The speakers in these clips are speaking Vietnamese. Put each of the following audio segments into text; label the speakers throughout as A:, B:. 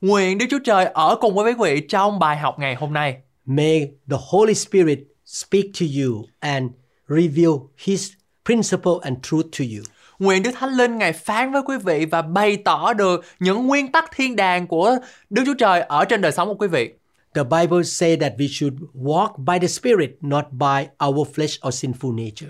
A: Nguyện Đức Chúa Trời ở cùng với quý vị trong bài học ngày hôm nay.
B: May the Holy Spirit speak to you and reveal His principle and truth to you.
A: Nguyện Đức Thánh Linh Ngài phán với quý vị và bày tỏ được những nguyên tắc thiên đàng của Đức Chúa Trời ở trên đời sống của quý vị.
B: The Bible says that we should walk by the Spirit, not by our flesh or sinful nature.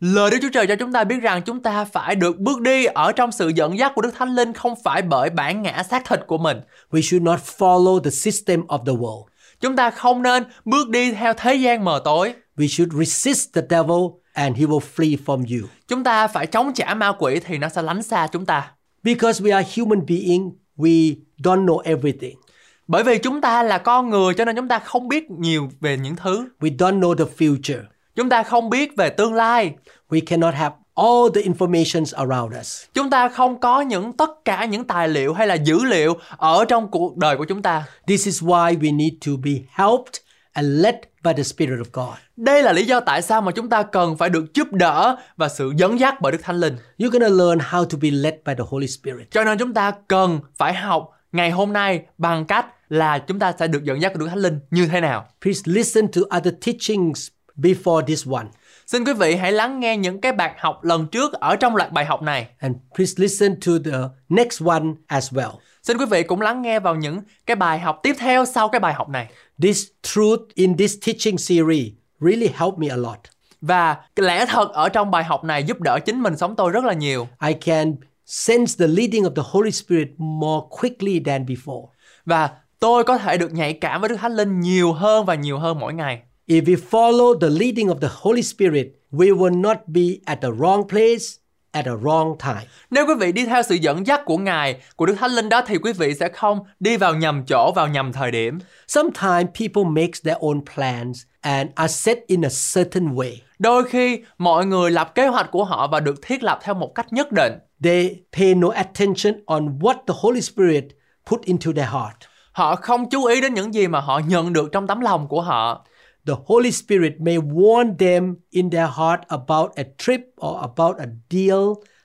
A: Lời Đức Chúa Trời cho chúng ta biết rằng chúng ta phải được bước đi ở trong sự dẫn dắt của Đức Thánh Linh không phải bởi bản ngã xác thịt của mình.
B: We should not follow the system of the world.
A: Chúng ta không nên bước đi theo thế gian mờ tối.
B: We should resist the devil and he will flee from you.
A: Chúng ta phải chống trả ma quỷ thì nó sẽ lánh xa chúng ta.
B: Because we are human beings, we don't know everything.
A: Bởi vì chúng ta là con người cho nên chúng ta không biết nhiều về những thứ.
B: We don't know the future.
A: Chúng ta không biết về tương lai.
B: We cannot have all the informations around us.
A: Chúng ta không có những tất cả những tài liệu hay là dữ liệu ở trong cuộc đời của chúng ta.
B: This is why we need to be helped and led by the Spirit of God.
A: Đây là lý do tại sao mà chúng ta cần phải được giúp đỡ và sự dẫn dắt bởi Đức Thánh Linh.
B: You're going to learn how to be led by the Holy Spirit.
A: Cho nên chúng ta cần phải học ngày hôm nay bằng cách là chúng ta sẽ được dẫn dắt của Đức Thánh Linh như thế nào.
B: Please listen to other teachings before this one.
A: Xin quý vị hãy lắng nghe những cái bài học lần trước ở trong loạt bài học này.
B: And please listen to the next one as well.
A: Xin quý vị cũng lắng nghe vào những cái bài học tiếp theo sau cái bài học này.
B: This truth in this teaching series really helped me a lot.
A: Và lẽ thật ở trong bài học này giúp đỡ chính mình sống tôi rất là nhiều.
B: I can sense the leading of the Holy Spirit more quickly than before.
A: Và tôi có thể được nhạy cảm với Đức Thánh Linh nhiều hơn và nhiều hơn mỗi ngày.
B: If we follow the leading of the Holy Spirit, we will not be at the wrong place at the wrong time.
A: Nếu quý vị đi theo sự dẫn dắt của Ngài, của Đức Thánh Linh đó thì quý vị sẽ không đi vào nhầm chỗ, vào nhầm thời điểm.
B: Sometimes people make their own plans and are set in a certain way.
A: Đôi khi mọi người lập kế hoạch của họ và được thiết lập theo một cách nhất định.
B: They pay no attention on what the Holy Spirit put into their heart.
A: Họ không chú ý đến những gì mà họ nhận được trong tấm lòng của họ.
B: The Holy Spirit may warn them in their heart about a trip or about a deal,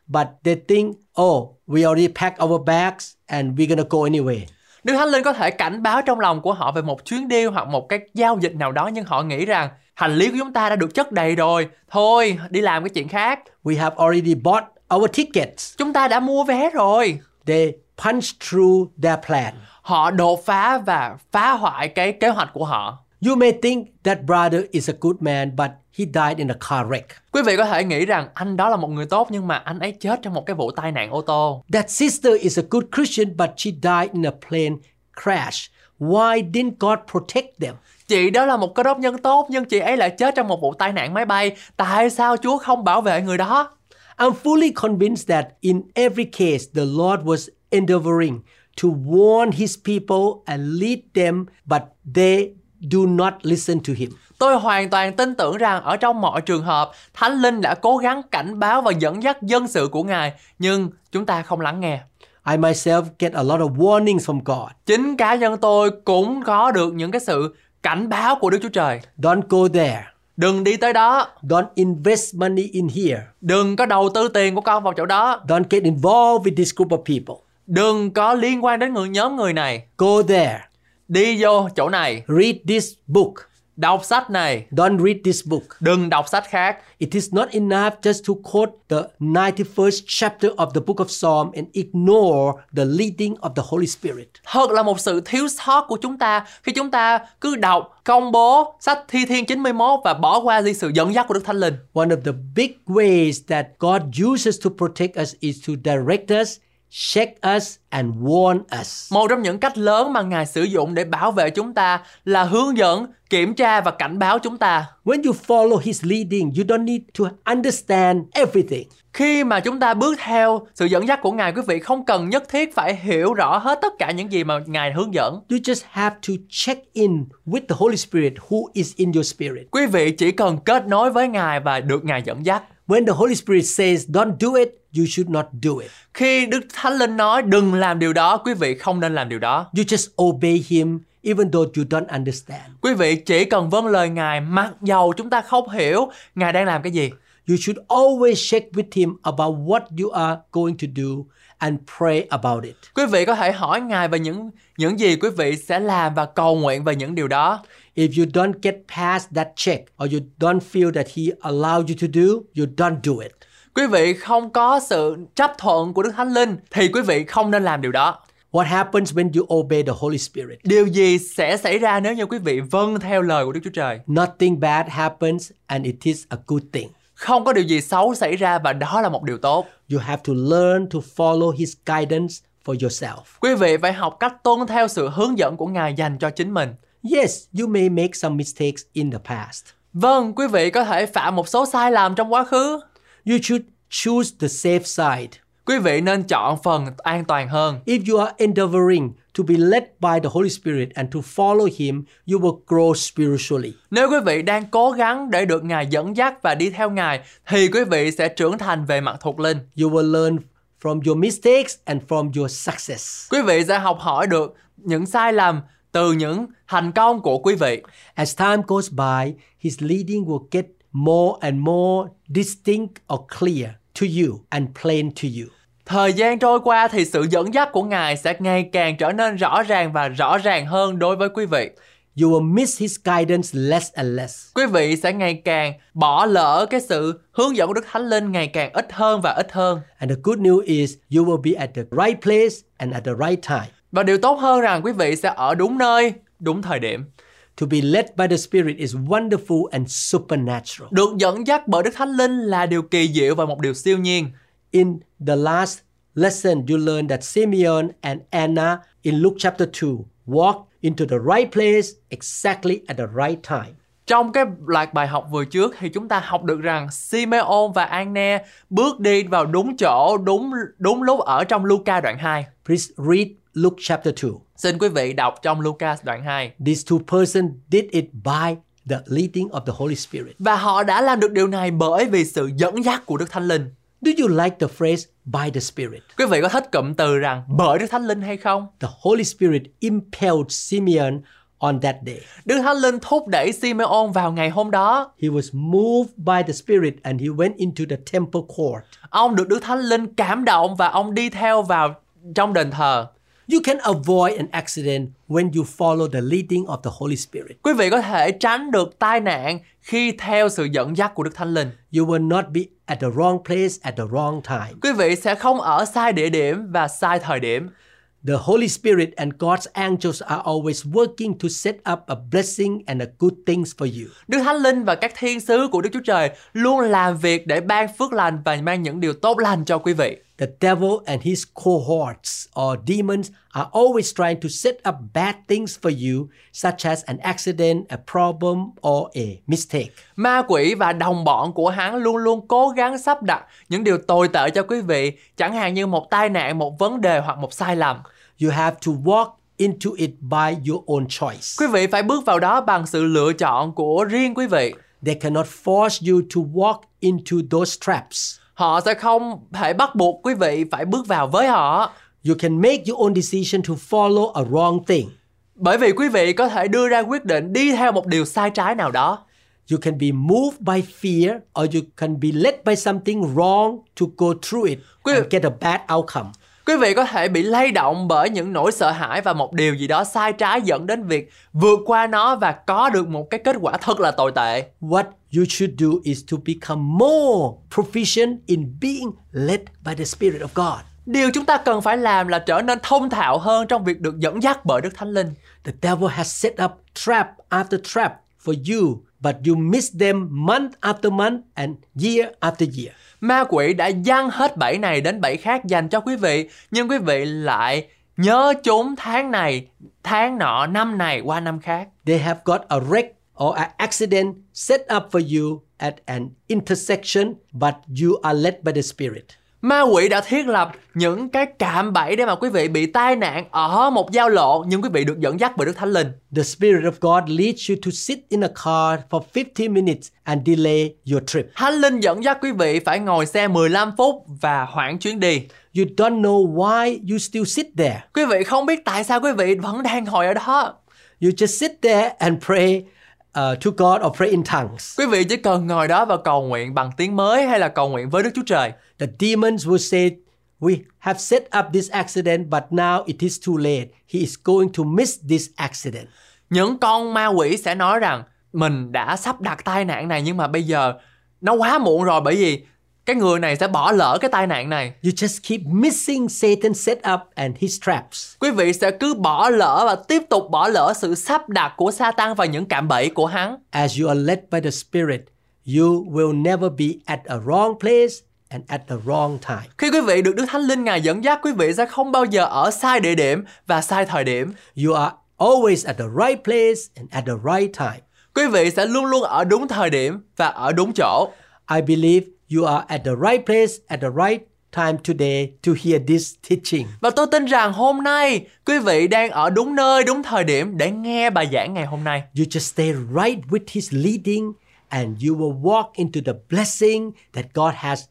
B: but they think, oh, we already packed our bags and we're going to go anyway.
A: Đức Thánh Linh có thể cảnh báo trong lòng của họ về một chuyến đi hoặc một cái giao dịch nào đó nhưng họ nghĩ rằng hành lý của chúng ta đã được chất đầy rồi, thôi đi làm cái chuyện khác.
B: We have already bought our tickets.
A: Chúng ta đã mua vé rồi.
B: They punch through their plan.
A: Họ đột phá và phá hoại cái kế hoạch của họ.
B: You may think that brother is a good man, but he died in a car wreck.
A: Quý vị có thể nghĩ rằng anh đó là một người tốt nhưng mà anh ấy chết trong một cái vụ tai nạn ô tô.
B: That sister is a good Christian, but she died in a plane crash. Why didn't God protect them?
A: Chị đó là một cơ đốc nhân tốt nhưng chị ấy lại chết trong một vụ tai nạn máy bay. Tại sao Chúa không bảo vệ người đó?
B: I'm fully convinced that in every case, the Lord was endeavoring to warn his people and lead them, but they do not listen to him.
A: Tôi hoàn toàn tin tưởng rằng ở trong mọi trường hợp, Thánh Linh đã cố gắng cảnh báo và dẫn dắt dân sự của Ngài, nhưng chúng ta không lắng nghe.
B: I myself get a lot of warnings from God.
A: Chính cá nhân tôi cũng có được những cái sự cảnh báo của Đức Chúa Trời.
B: Don't go there.
A: Đừng đi tới đó,
B: Don't invest money in here.
A: đừng có đầu tư tiền của con vào chỗ đó,
B: Don't get involved with this group of people.
A: đừng có liên quan đến người nhóm người này.
B: Go there.
A: Đi vô chỗ này,
B: Read this book.
A: đọc sách này,
B: Don't read this book.
A: đừng đọc sách khác.
B: It is not enough just to quote the 91st chapter of the book of Psalm and ignore the leading of the Holy Spirit.
A: Thật là một sự thiếu sót của chúng ta khi chúng ta cứ đọc công bố sách Thi Thiên 91 và bỏ qua đi sự dẫn dắt của Đức Thánh Linh.
B: One of the big ways that God uses to protect us is to direct us shake us and warn us.
A: Một trong những cách lớn mà Ngài sử dụng để bảo vệ chúng ta là hướng dẫn, kiểm tra và cảnh báo chúng ta.
B: When you follow his leading, you don't need to understand everything.
A: Khi mà chúng ta bước theo sự dẫn dắt của Ngài, quý vị không cần nhất thiết phải hiểu rõ hết tất cả những gì mà Ngài hướng dẫn.
B: You just have to check in with the Holy Spirit who is in your spirit.
A: Quý vị chỉ cần kết nối với Ngài và được Ngài dẫn dắt.
B: When the Holy Spirit says don't do it, you should not do it.
A: Khi Đức Thánh Linh nói đừng làm điều đó, quý vị không nên làm điều đó.
B: You just obey him even though you don't understand.
A: Quý vị chỉ cần vâng lời Ngài mặc dầu chúng ta không hiểu Ngài đang làm cái gì.
B: You should always check with him about what you are going to do and pray about it.
A: Quý vị có thể hỏi Ngài về những những gì quý vị sẽ làm và cầu nguyện về những điều đó.
B: If you don't get past that check or you don't feel that he allowed you to do, you don't do it.
A: Quý vị không có sự chấp thuận của Đức Thánh Linh thì quý vị không nên làm điều đó.
B: What happens when you obey the Holy Spirit?
A: Điều gì sẽ xảy ra nếu như quý vị vâng theo lời của Đức Chúa Trời?
B: Nothing bad happens and it is a good thing.
A: Không có điều gì xấu xảy ra và đó là một điều tốt.
B: You have to learn to follow his guidance for yourself.
A: Quý vị phải học cách tuân theo sự hướng dẫn của Ngài dành cho chính mình.
B: Yes, you may make some mistakes in the past.
A: Vâng, quý vị có thể phạm một số sai lầm trong quá khứ.
B: You should choose the safe side.
A: Quý vị nên chọn phần an toàn hơn.
B: If you are endeavoring to be led by the Holy Spirit and to follow him, you will grow spiritually.
A: Nếu quý vị đang cố gắng để được Ngài dẫn dắt và đi theo Ngài thì quý vị sẽ trưởng thành về mặt thuộc linh.
B: You will learn from your mistakes and from your success.
A: Quý vị sẽ học hỏi được những sai lầm từ những thành công của quý vị.
B: As time goes by, his leading will get more and more distinct or clear to you and plain to you.
A: Thời gian trôi qua thì sự dẫn dắt của Ngài sẽ ngày càng trở nên rõ ràng và rõ ràng hơn đối với quý vị.
B: You will miss his guidance less and less.
A: Quý vị sẽ ngày càng bỏ lỡ cái sự hướng dẫn của Đức Thánh Linh ngày càng ít hơn và ít hơn.
B: And the good news is you will be at the right place and at the right time.
A: Và điều tốt hơn rằng quý vị sẽ ở đúng nơi, đúng thời điểm.
B: To be led by the Spirit is wonderful and supernatural.
A: Được dẫn dắt bởi Đức Thánh Linh là điều kỳ diệu và một điều siêu nhiên.
B: In the last lesson, you learned that Simeon and Anna in Luke chapter 2 walked into the right place exactly at the right time.
A: Trong cái loạt bài học vừa trước thì chúng ta học được rằng Simeon và Anne bước đi vào đúng chỗ, đúng đúng lúc ở trong Luca đoạn 2.
B: Please read Luke chapter 2.
A: Xin quý vị đọc trong Luca đoạn 2.
B: These two persons did it by the leading of the Holy Spirit.
A: Và họ đã làm được điều này bởi vì sự dẫn dắt của Đức Thánh Linh.
B: Do you like the phrase by the Spirit?
A: Quý vị có thích cụm từ rằng bởi Đức Thánh Linh hay không?
B: The Holy Spirit impelled Simeon on that day.
A: Đức Thánh Linh thúc đẩy Simeon vào ngày hôm đó.
B: He was moved by the Spirit and he went into the temple court.
A: Ông được Đức Thánh Linh cảm động và ông đi theo vào trong đền thờ.
B: You can avoid an accident when you follow the leading of the Holy Spirit.
A: Quý vị có thể tránh được tai nạn khi theo sự dẫn dắt của Đức Thánh Linh.
B: You will not be at the wrong place at the wrong time.
A: Quý vị sẽ không ở sai địa điểm và sai thời điểm.
B: The Holy Spirit and God's angels are always working to set up a blessing and a good things for you.
A: Đức Thánh Linh và các thiên sứ của Đức Chúa Trời luôn làm việc để ban phước lành và mang những điều tốt lành cho quý vị.
B: The devil and his cohorts or demons are always trying to set up bad things for you, such as an accident, a problem, or a mistake.
A: Ma quỷ và đồng bọn của hắn luôn luôn cố gắng sắp đặt những điều tồi tệ cho quý vị, chẳng hạn như một tai nạn, một vấn đề hoặc một sai lầm.
B: You have to walk into it by your own choice.
A: Quý vị phải bước vào đó bằng sự lựa chọn của riêng quý vị.
B: They cannot force you to walk into those traps.
A: Họ sẽ không thể bắt buộc quý vị phải bước vào với họ.
B: You can make your own decision to follow a wrong thing.
A: Bởi vì quý vị có thể đưa ra quyết định đi theo một điều sai trái nào đó.
B: You can be moved by fear or you can be led by something wrong to go through it
A: Quý-
B: and get a bad outcome.
A: Quý vị có thể bị lay động bởi những nỗi sợ hãi và một điều gì đó sai trái dẫn đến việc vượt qua nó và có được một cái kết quả thật là tồi tệ.
B: What you should do is to become more proficient in being led by the Spirit of God.
A: Điều chúng ta cần phải làm là trở nên thông thạo hơn trong việc được dẫn dắt bởi Đức Thánh Linh.
B: The devil has set up trap after trap for you, but you miss them month after month and year after year.
A: ma quỷ đã dăng hết bẫy này đến bẫy khác dành cho quý vị nhưng quý vị lại nhớ chúng tháng này tháng nọ năm này qua năm khác
B: They have got a wreck or an accident set up for you at an intersection, but you are led by the Spirit.
A: ma quỷ đã thiết lập những cái cạm bẫy để mà quý vị bị tai nạn ở một giao lộ nhưng quý vị được dẫn dắt bởi đức thánh linh
B: The Spirit of God leads you to sit in a car for 50 minutes and delay your trip.
A: thánh linh dẫn dắt quý vị phải ngồi xe 15 phút và hoãn chuyến đi
B: You don't know why you still sit there.
A: quý vị không biết tại sao quý vị vẫn đang ngồi ở đó
B: You just sit there and pray uh, to God or pray in tongues.
A: quý vị chỉ cần ngồi đó và cầu nguyện bằng tiếng mới hay là cầu nguyện với đức chúa trời
B: The demons will say, We have set up this accident, but now it is too late. He is going to miss this accident.
A: những con ma quỷ sẽ nói rằng mình đã sắp đặt tai nạn này nhưng mà bây giờ nó quá muộn rồi bởi vì cái người này sẽ bỏ lỡ cái tai nạn này
B: You just keep missing Satan's setup and his traps.
A: quý vị sẽ cứ bỏ lỡ và tiếp tục bỏ lỡ sự sắp đặt của Satan và những cạm bẫy của hắn
B: As you are led by the Spirit, you will never be at a wrong place and at the wrong time.
A: khi quý vị được Đức Thánh Linh ngài dẫn dắt quý vị sẽ không bao giờ ở sai địa điểm và sai thời điểm
B: You are always at the right place and at the right time.
A: quý vị sẽ luôn luôn ở đúng thời điểm và ở đúng chỗ
B: I believe you are at the right place at the right time today to hear this teaching.
A: và tôi tin rằng hôm nay quý vị đang ở đúng nơi đúng thời điểm để nghe bài giảng ngày hôm nay
B: You just stay right with His leading and you will walk into the blessing that God has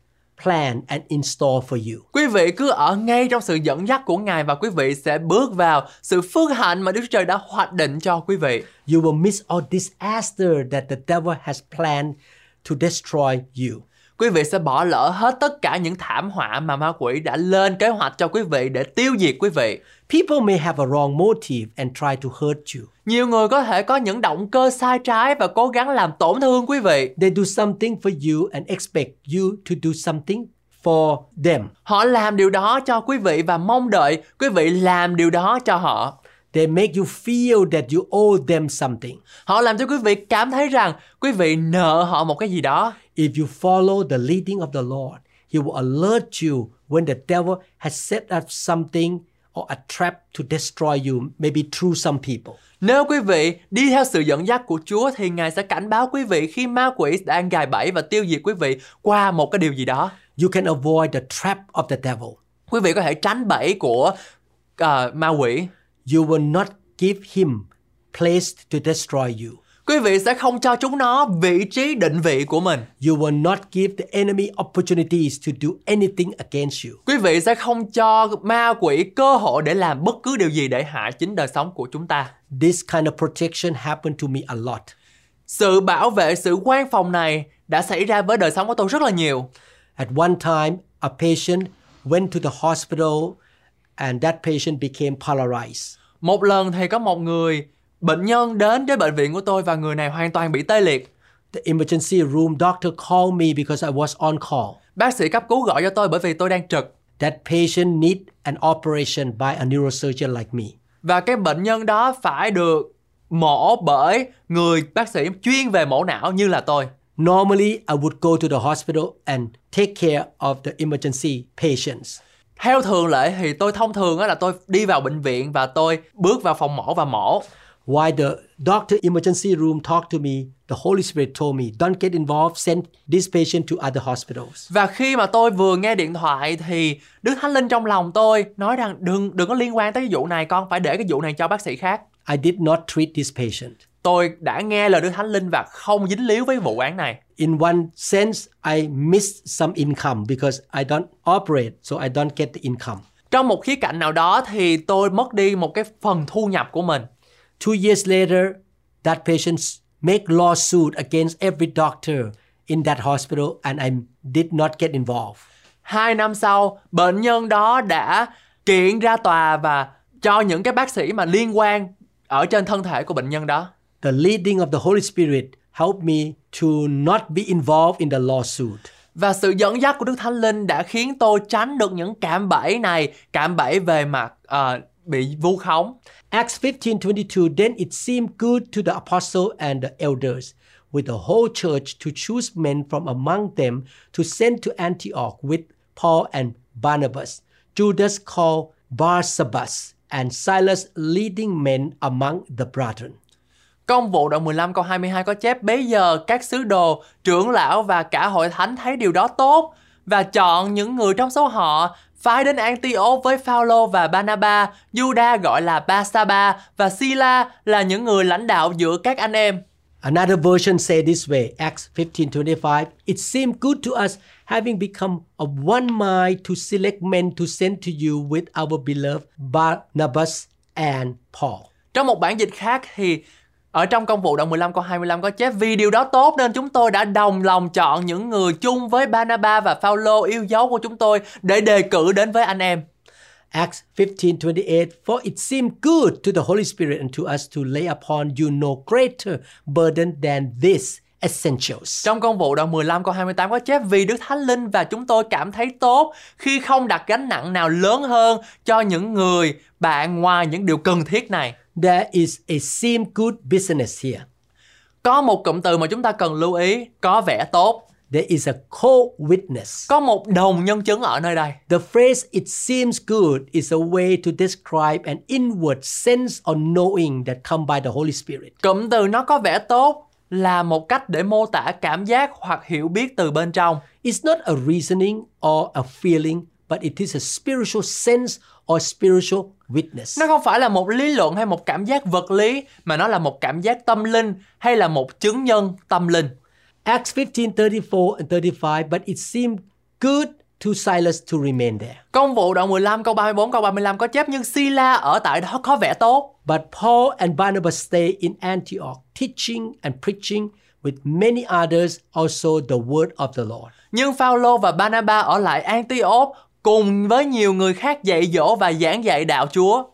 B: planned and in store for you.
A: Quý vị cứ ở ngay trong sự dẫn dắt của Ngài và quý vị sẽ bước vào sự phước hạnh mà Đức Chúa Trời đã hoạch định cho quý vị.
B: You will miss all disaster that the devil has planned to destroy you.
A: Quý vị sẽ bỏ lỡ hết tất cả những thảm họa mà ma quỷ đã lên kế hoạch cho quý vị để tiêu diệt quý vị.
B: People may have a wrong motive and try to hurt you.
A: Nhiều người có thể có những động cơ sai trái và cố gắng làm tổn thương quý vị.
B: They do something for you and expect you to do something for them.
A: Họ làm điều đó cho quý vị và mong đợi quý vị làm điều đó cho họ.
B: They make you feel that you owe them something.
A: Họ làm cho quý vị cảm thấy rằng quý vị nợ họ một cái gì đó.
B: If you follow the leading of the Lord, He will alert you when the devil has set up something or a trap to destroy you, maybe through some people.
A: Nếu quý vị đi theo sự dẫn dắt của Chúa thì Ngài sẽ cảnh báo quý vị khi ma quỷ đang gài bẫy và tiêu diệt quý vị qua một cái điều gì đó.
B: You can avoid the trap of the devil.
A: Quý vị có thể tránh bẫy của ờ, ma quỷ.
B: You will not give him place to destroy you.
A: Quý vị sẽ không cho chúng nó vị trí định vị của mình.
B: You will not give the enemy opportunities to do anything against you.
A: Quý vị sẽ không cho ma quỷ cơ hội để làm bất cứ điều gì để hại chính đời sống của chúng ta.
B: This kind of protection happened to me a lot.
A: Sự bảo vệ, sự quan phòng này đã xảy ra với đời sống của tôi rất là nhiều.
B: At one time, a patient went to the hospital and that patient became paralyzed.
A: Một lần thì có một người bệnh nhân đến đến bệnh viện của tôi và người này hoàn toàn bị tê liệt.
B: The emergency room doctor called me because I was on call.
A: Bác sĩ cấp cứu gọi cho tôi bởi vì tôi đang trực
B: That patient need an operation by a neurosurgeon like me.
A: và cái bệnh nhân đó phải được mổ bởi người bác sĩ chuyên về mổ não như là tôi.
B: Normally, I would go to the hospital and take care of the emergency patients.
A: Theo thường lệ thì tôi thông thường á là tôi đi vào bệnh viện và tôi bước vào phòng mổ và mổ.
B: While the doctor emergency room talked to me, the Holy Spirit told me, don't get involved, send this patient to other hospitals.
A: Và khi mà tôi vừa nghe điện thoại thì Đức Thánh Linh trong lòng tôi nói rằng đừng đừng có liên quan tới cái vụ này con phải để cái vụ này cho bác sĩ khác.
B: I did not treat this patient.
A: Tôi đã nghe lời Đức Thánh Linh và không dính líu với vụ án này.
B: In one sense, I missed some income because I don't operate, so I don't get the income.
A: Trong một khía cạnh nào đó thì tôi mất đi một cái phần thu nhập của mình.
B: Two years later, that patient make lawsuit against every doctor in that hospital, and I did not get involved.
A: Hai năm sau, bệnh nhân đó đã kiện ra tòa và cho những cái bác sĩ mà liên quan ở trên thân thể của bệnh nhân đó.
B: The leading of the Holy Spirit helped me to not be involved in the lawsuit.
A: Và sự dẫn dắt của Đức Thánh Linh đã khiến tôi tránh được những cạm bẫy này, cạm bẫy về mặt ờ, bị vu khống.
B: Acts 15:22 Then it seemed good to the apostle and the elders with the whole church to choose men from among them to send to Antioch with Paul and Barnabas. Judas called Barsabas and Silas leading men among the brethren.
A: Công vụ đoạn 15 câu 22 có chép bấy giờ các sứ đồ, trưởng lão và cả hội thánh thấy điều đó tốt và chọn những người trong số họ phái đến Antioch với Phaolô và Banaba, Juda gọi là Basaba và Sila là những người lãnh đạo giữa các anh em.
B: Another version say this way, Acts 15:25, it seemed good to us having become of one mind to select men to send to you with our beloved Barnabas and Paul.
A: Trong một bản dịch khác thì ở trong công vụ đoạn 15 câu 25 có chép vì điều đó tốt nên chúng tôi đã đồng lòng chọn những người chung với Banaba và Phaolô yêu dấu của chúng tôi để đề cử đến với anh em.
B: Acts 15:28 for it seemed good to the Holy Spirit and to us to lay upon you no greater burden than these essentials.
A: Trong công vụ đoạn 15 câu 28 có chép vì Đức Thánh Linh và chúng tôi cảm thấy tốt khi không đặt gánh nặng nào lớn hơn cho những người bạn ngoài những điều cần thiết này.
B: There is a seem good business here.
A: Có một cụm từ mà chúng ta cần lưu ý, có vẻ tốt.
B: There is a co-witness.
A: Có một đồng nhân chứng ở nơi đây.
B: The phrase it seems good is a way to describe an inward sense or knowing that come by the Holy Spirit.
A: Cụm từ nó có vẻ tốt là một cách để mô tả cảm giác hoặc hiểu biết từ bên trong.
B: It's not a reasoning or a feeling, but it is a spiritual sense or spiritual witness.
A: Nó không phải là một lý luận hay một cảm giác vật lý mà nó là một cảm giác tâm linh hay là một chứng nhân tâm linh.
B: Acts 15 34 and 35, but it seemed good to Silas to remain there.
A: Công vụ đoạn 15 câu 34 câu 35 có chép nhưng Sila ở tại đó có vẻ tốt.
B: But Paul and Barnabas stayed in Antioch, teaching and preaching with many others also the word of the Lord.
A: Nhưng Phaolô và Banaba ở lại Antioch cùng với nhiều người khác dạy dỗ và giảng dạy đạo Chúa.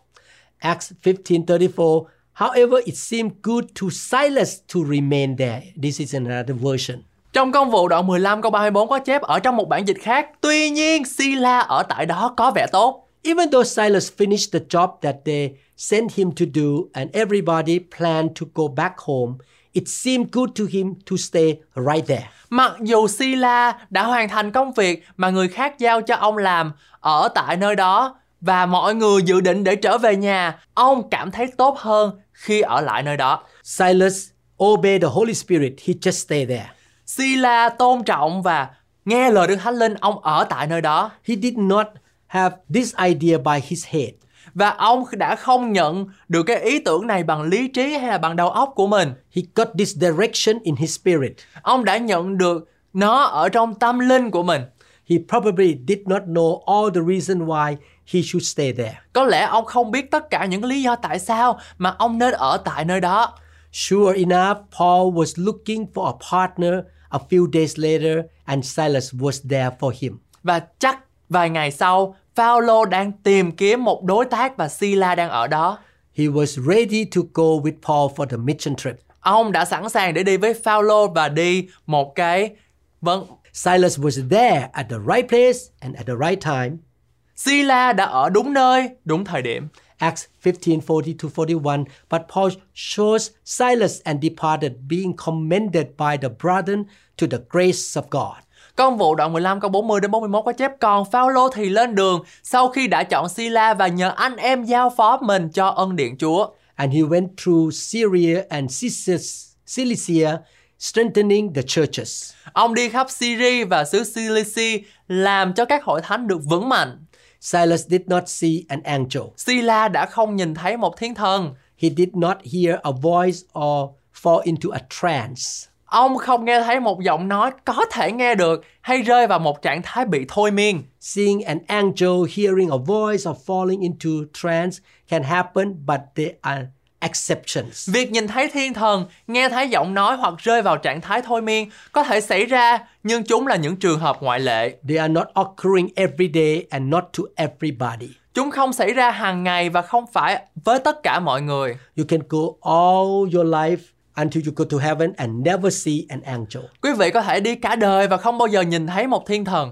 B: Acts 15:34 However, it seemed good to Silas to remain there. This is another version.
A: Trong công vụ đoạn 15 câu 34 có chép ở trong một bản dịch khác, tuy nhiên Sila ở tại đó có vẻ tốt.
B: Even though Silas finished the job that they sent him to do and everybody planned to go back home, it seemed good to him to stay right there.
A: Mặc dù Sila đã hoàn thành công việc mà người khác giao cho ông làm ở tại nơi đó và mọi người dự định để trở về nhà, ông cảm thấy tốt hơn khi ở lại nơi đó.
B: Silas obeyed the Holy Spirit, he just stayed there.
A: Sila tôn trọng và nghe lời Đức Thánh Linh, ông ở tại nơi đó
B: He did not have this idea by his head.
A: và ông đã không nhận được cái ý tưởng này bằng lý trí hay là bằng đầu óc của mình.
B: He got this direction in his spirit.
A: Ông đã nhận được nó ở trong tâm linh của mình.
B: He probably did not know all the reason why he should stay there.
A: Có lẽ ông không biết tất cả những lý do tại sao mà ông nên ở tại nơi đó.
B: Sure enough, Paul was looking for a partner a few days later, and Silas was there for him.
A: Và chắc vài ngày sau, Paulo đang tìm kiếm một đối tác và Sila đang ở đó.
B: He was ready to go with Paul for the mission trip.
A: Ông đã sẵn sàng để đi với Paulo và đi một cái vâng
B: Silas was there at the right place and at the right time.
A: Sila đã ở đúng nơi, đúng thời điểm.
B: Acts 15 40 to 41. But Paul chose Silas and departed, being commended by the brethren to the grace of God.
A: Công vụ đoạn 15 câu 40 đến 41 có chép còn Phaolô thì lên đường sau khi đã chọn Sila và nhờ anh em giao phó mình cho ân điện Chúa.
B: And he went through Syria and Cis- Cilicia, strengthening the churches.
A: Ông đi khắp Syria và xứ Cilicia làm cho các hội thánh được vững mạnh.
B: Silas did not see an angel.
A: Sila đã không nhìn thấy một thiên thần.
B: He did not hear a voice or fall into a trance.
A: Ông không nghe thấy một giọng nói có thể nghe được hay rơi vào một trạng thái bị thôi miên.
B: Seeing an angel, hearing a voice, or falling into trance can happen, but they are exceptions.
A: Việc nhìn thấy thiên thần, nghe thấy giọng nói hoặc rơi vào trạng thái thôi miên có thể xảy ra, nhưng chúng là những trường hợp ngoại lệ.
B: They are not occurring every day and not to everybody.
A: Chúng không xảy ra hàng ngày và không phải với tất cả mọi người.
B: You can go all your life until you go to heaven and never see an angel.
A: Quý vị có thể đi cả đời và không bao giờ nhìn thấy một thiên thần.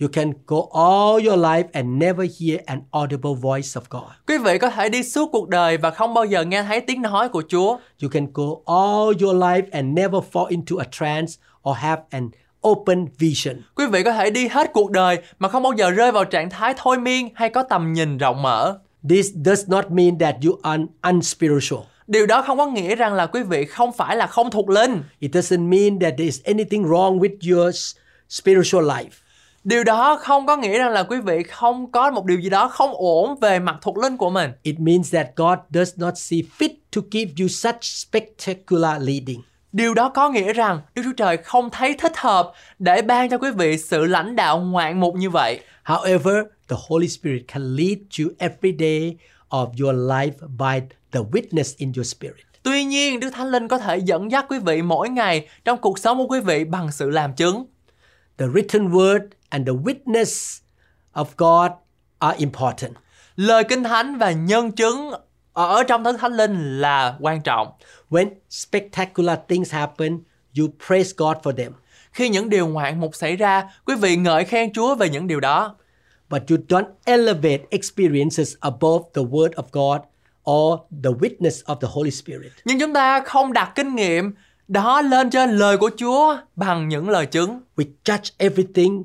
B: You can go all your life and never hear an audible voice of God.
A: Quý vị có thể đi suốt cuộc đời và không bao giờ nghe thấy tiếng nói của Chúa.
B: You can go all your life and never fall into a trance or have an open vision.
A: Quý vị có thể đi hết cuộc đời mà không bao giờ rơi vào trạng thái thôi miên hay có tầm nhìn rộng mở.
B: This does not mean that you are unspiritual.
A: Điều đó không có nghĩa rằng là quý vị không phải là không thuộc linh.
B: It doesn't mean that there is anything wrong with your s- spiritual life.
A: Điều đó không có nghĩa rằng là quý vị không có một điều gì đó không ổn về mặt thuộc linh của mình.
B: It means that God does not see fit to give you such spectacular leading.
A: Điều đó có nghĩa rằng Đức Chúa Trời không thấy thích hợp để ban cho quý vị sự lãnh đạo ngoạn mục như vậy.
B: However, the Holy Spirit can lead you every day of your life by the witness in your spirit.
A: Tuy nhiên, Đức Thánh Linh có thể dẫn dắt quý vị mỗi ngày trong cuộc sống của quý vị bằng sự làm chứng.
B: The written word and the witness of God are important.
A: Lời Kinh Thánh và nhân chứng ở trong Thánh Thánh Linh là quan trọng.
B: When spectacular things happen, you praise God for them,
A: Khi những điều ngoạn mục xảy ra, quý vị ngợi khen Chúa về những điều đó.
B: but you don't elevate experiences above the word of God or the witness of the Holy Spirit.
A: Nhưng chúng ta không đặt kinh nghiệm đó lên trên lời của Chúa bằng những lời chứng.
B: We judge everything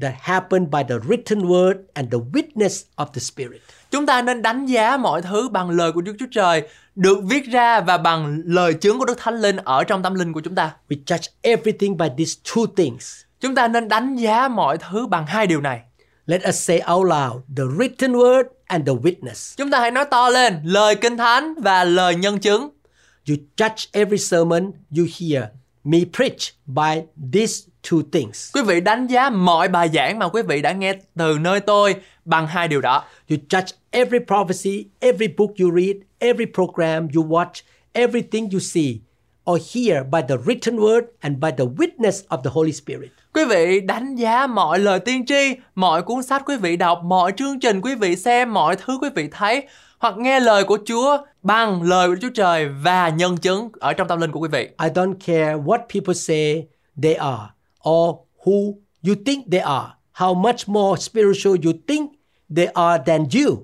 B: that happened by the written word and the witness of the Spirit.
A: Chúng ta nên đánh giá mọi thứ bằng lời của Đức Chúa Trời được viết ra và bằng lời chứng của Đức Thánh Linh ở trong tâm linh của chúng ta.
B: We judge everything by these two things.
A: Chúng ta nên đánh giá mọi thứ bằng hai điều này.
B: Let us say out loud the written word and the witness.
A: Chúng ta hãy nói to lên lời kinh thánh và lời nhân chứng.
B: You judge every sermon you hear me preach by these two things.
A: Quý vị đánh giá mọi bài giảng mà quý vị đã nghe từ nơi tôi bằng hai điều đó.
B: You judge every prophecy, every book you read, every program you watch, everything you see or hear by the written word and by the witness of the Holy Spirit.
A: Quý vị đánh giá mọi lời tiên tri, mọi cuốn sách quý vị đọc, mọi chương trình quý vị xem, mọi thứ quý vị thấy hoặc nghe lời của Chúa bằng lời của Chúa Trời và nhân chứng ở trong tâm linh của quý vị.
B: I don't care what people say they are or who you think they are, how much more spiritual you think they are than you.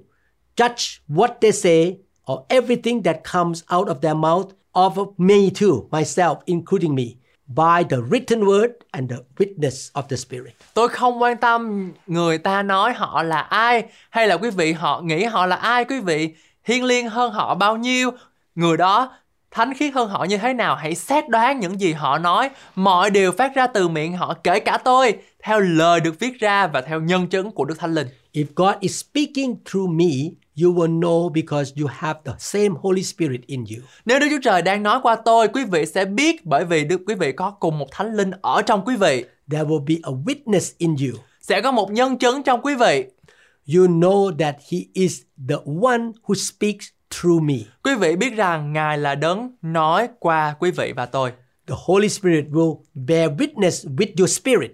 B: Judge what they say or everything that comes out of their mouth of me too, myself, including me, by the written word and the witness of the Spirit.
A: Tôi không quan tâm người ta nói họ là ai hay là quý vị họ nghĩ họ là ai quý vị hiên liêng hơn họ bao nhiêu người đó thánh khiết hơn họ như thế nào hãy xét đoán những gì họ nói mọi điều phát ra từ miệng họ kể cả tôi theo lời được viết ra và theo nhân chứng của Đức Thánh Linh
B: If God is speaking through me, you will know because you have the same Holy Spirit in you.
A: nếu Đức Chúa Trời đang nói qua tôi quý vị sẽ biết bởi vì Đức quý vị có cùng một Thánh Linh ở trong quý vị
B: There will be a witness in you.
A: sẽ có một nhân chứng trong quý vị
B: you know that he is the one who speaks through me.
A: quý vị biết rằng Ngài là đấng nói qua quý vị và tôi
B: The Holy Spirit will bear witness with your spirit.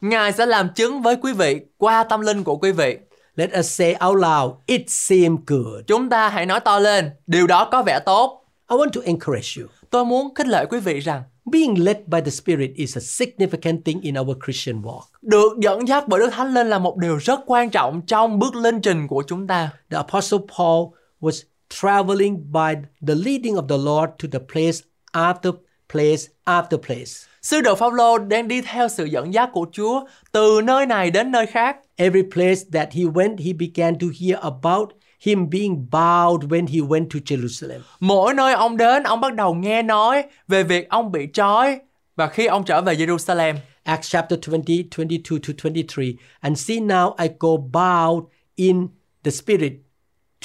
A: Ngài sẽ làm chứng với quý vị qua tâm linh của quý vị.
B: Let us say out loud, it seemed good.
A: Chúng ta hãy nói to lên, điều đó có vẻ tốt.
B: I want to encourage you.
A: Tôi muốn khích lệ quý vị rằng,
B: Being led by the Spirit is a significant thing in our Christian walk.
A: được dẫn dắt bởi Đức Thánh Linh là một điều rất quan trọng trong bước lên trình của chúng ta.
B: The Apostle Paul was traveling by the leading of the Lord to the place after place after place.
A: Sứ đồ Phaolô đang đi theo sự dẫn dắt của Chúa từ nơi này đến nơi khác.
B: Every place that he went, he began to hear about him being bowed when he went to Jerusalem.
A: Mỗi nơi ông đến, ông bắt đầu nghe nói về việc ông bị trói và khi ông trở về Jerusalem.
B: Acts chapter 20, 22 to 23. And see now I go bowed in the spirit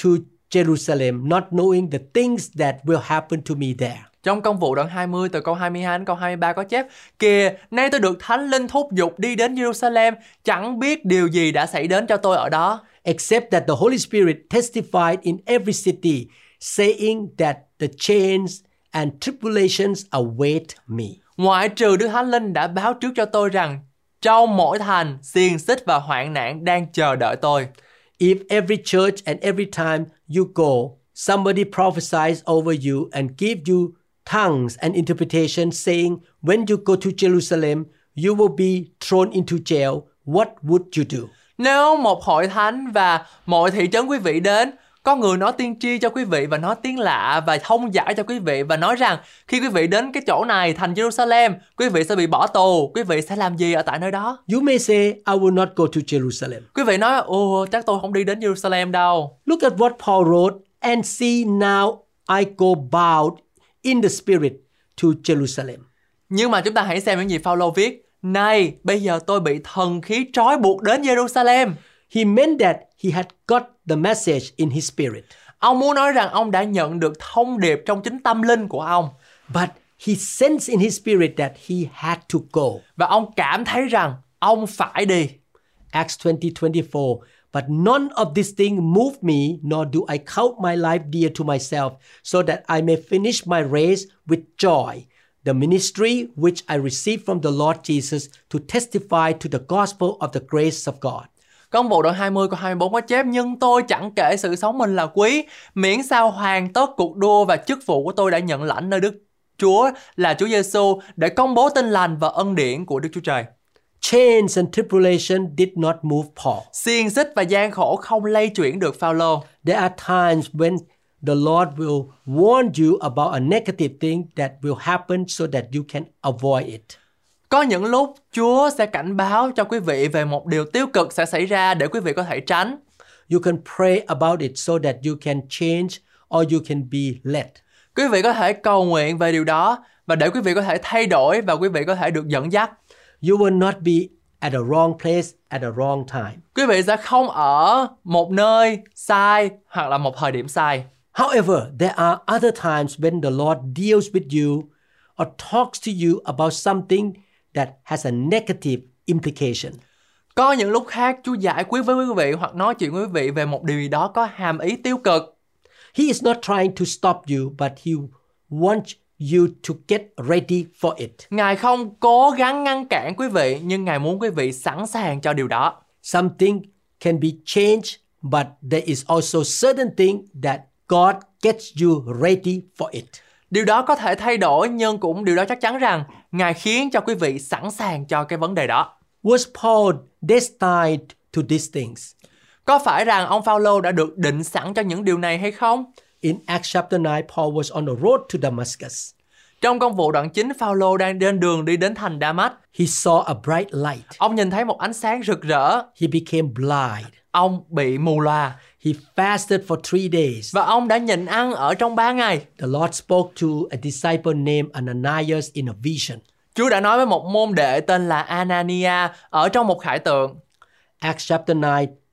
B: to Jerusalem, not knowing the things that will happen to me there.
A: Trong công vụ đoạn 20 từ câu 22 đến câu 23 có chép Kìa, nay tôi được Thánh Linh thúc giục đi đến Jerusalem Chẳng biết điều gì đã xảy đến cho tôi ở đó
B: Except that the Holy Spirit testified in every city, saying that the chains and tribulations await me.
A: Ngoại trừ Đức Thánh Linh đã báo trước cho tôi rằng Trong mỗi thành, xiềng xích và hoạn nạn đang chờ đợi tôi
B: If every church and every time you go, somebody prophesies over you and give you tongues and interpretation, saying, When you go to Jerusalem, you will be thrown into jail. what would you do?
A: Nếu một hội thánh và mọi thị trấn quý vị đến, có người nói tiên tri cho quý vị và nói tiếng lạ và thông giải cho quý vị và nói rằng khi quý vị đến cái chỗ này thành Jerusalem, quý vị sẽ bị bỏ tù, quý vị sẽ làm gì ở tại nơi đó?
B: You may say, I will not go to Jerusalem.
A: Quý vị nói, ồ chắc tôi không đi đến Jerusalem đâu.
B: Look at what Paul wrote and see now I go bound in the spirit to Jerusalem.
A: Nhưng mà chúng ta hãy xem những gì Phaolô viết. Này, bây giờ tôi bị thần khí trói buộc đến Jerusalem.
B: He meant that he had got the message in his spirit,
A: Ông muốn nói rằng ông đã nhận được thông điệp trong chính tâm linh của ông
B: but he sensed in his spirit that he had to go.
A: và ông cảm thấy rằng ông phải đi.
B: Acts 20 24. But none of these things move me, nor do I count my life dear to myself, so that I may finish my race with joy, the ministry which I received from the Lord Jesus to testify to the gospel of the grace of God.
A: Công vụ đoạn 20 câu 24 có chép Nhưng tôi chẳng kể sự sống mình là quý Miễn sao hoàn tất cuộc đua và chức vụ của tôi đã nhận lãnh nơi Đức Chúa là Chúa Giêsu để công bố tin lành và ân điển của Đức Chúa Trời.
B: Chains and tribulation did not move Paul.
A: Xiên xích và gian khổ không lay chuyển được Phaolô.
B: There are times when the Lord will warn you about a negative thing that will happen so that you can avoid it.
A: Có những lúc Chúa sẽ cảnh báo cho quý vị về một điều tiêu cực sẽ xảy ra để quý vị có thể tránh.
B: You can pray about it so that you can change or you can be led.
A: Quý vị có thể cầu nguyện về điều đó và để quý vị có thể thay đổi và quý vị có thể được dẫn dắt.
B: You will not be at the wrong place at the wrong time.
A: Quý vị sẽ không ở một nơi sai hoặc là một thời điểm sai.
B: However, there are other times when the Lord deals with you or talks to you about something that has a negative implication.
A: Có những lúc khác Chúa giải quyết với quý vị hoặc nói chuyện với quý vị về một điều gì đó có hàm ý tiêu cực.
B: He is not trying to stop you, but He wants you to get ready for it.
A: Ngài không cố gắng ngăn cản quý vị nhưng Ngài muốn quý vị sẵn sàng cho điều đó.
B: Something can be changed, but there is also certain thing that God gets you ready for it.
A: Điều đó có thể thay đổi nhưng cũng điều đó chắc chắn rằng Ngài khiến cho quý vị sẵn sàng cho cái vấn đề đó.
B: Was Paul destined to these things?
A: Có phải rằng ông Phaolô đã được định sẵn cho những điều này hay không?
B: In Acts chapter 9, Paul was on the road to Damascus.
A: Trong công vụ đoạn 9, Phaolô đang trên đường đi đến thành Đa-mách.
B: He saw a bright light.
A: Ông nhìn thấy một ánh sáng rực rỡ,
B: He became blind.
A: ông bị mù lòa
B: He fasted for three days.
A: và ông đã nhịn ăn ở trong 3 ngày.
B: The Lord spoke to a disciple named Ananias in a vision.
A: Chúa đã nói với một môn đệ tên là Anania ở trong một khải tượng.
B: Acts chapter 9,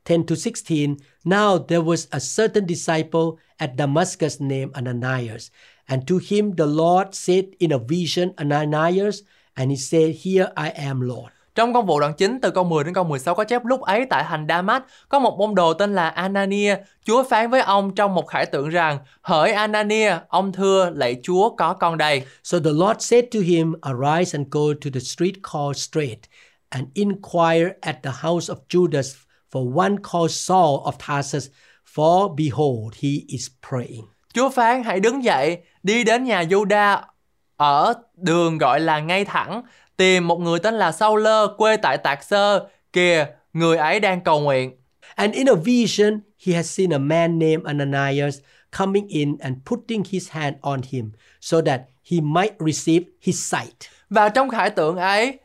B: 10 to 16. Now there was a certain disciple at Damascus named Ananias. And to him the Lord said in a vision, Ananias, and he said, Here I am, Lord.
A: Trong công vụ đoạn 9 từ câu 10 đến câu 16 có chép lúc ấy tại thành Đa-mách có một môn đồ tên là Anania. Chúa phán với ông trong một khải tượng rằng Hỡi Anania, ông thưa lạy Chúa có con đây.
B: So the Lord said to him, Arise and go to the street called Straight, and inquire at the house of Judas for one called Saul of Tarsus, for behold, he is praying.
A: Chúa phán hãy đứng dậy, đi đến nhà Juda ở đường gọi là ngay thẳng, tìm một người tên là Sau Lơ quê tại Tạc Sơ, kìa, người ấy đang cầu nguyện.
B: And in a vision, he has seen a man named Ananias coming in and putting his hand on him, so that he might receive his sight.
A: Và trong khải tượng ấy,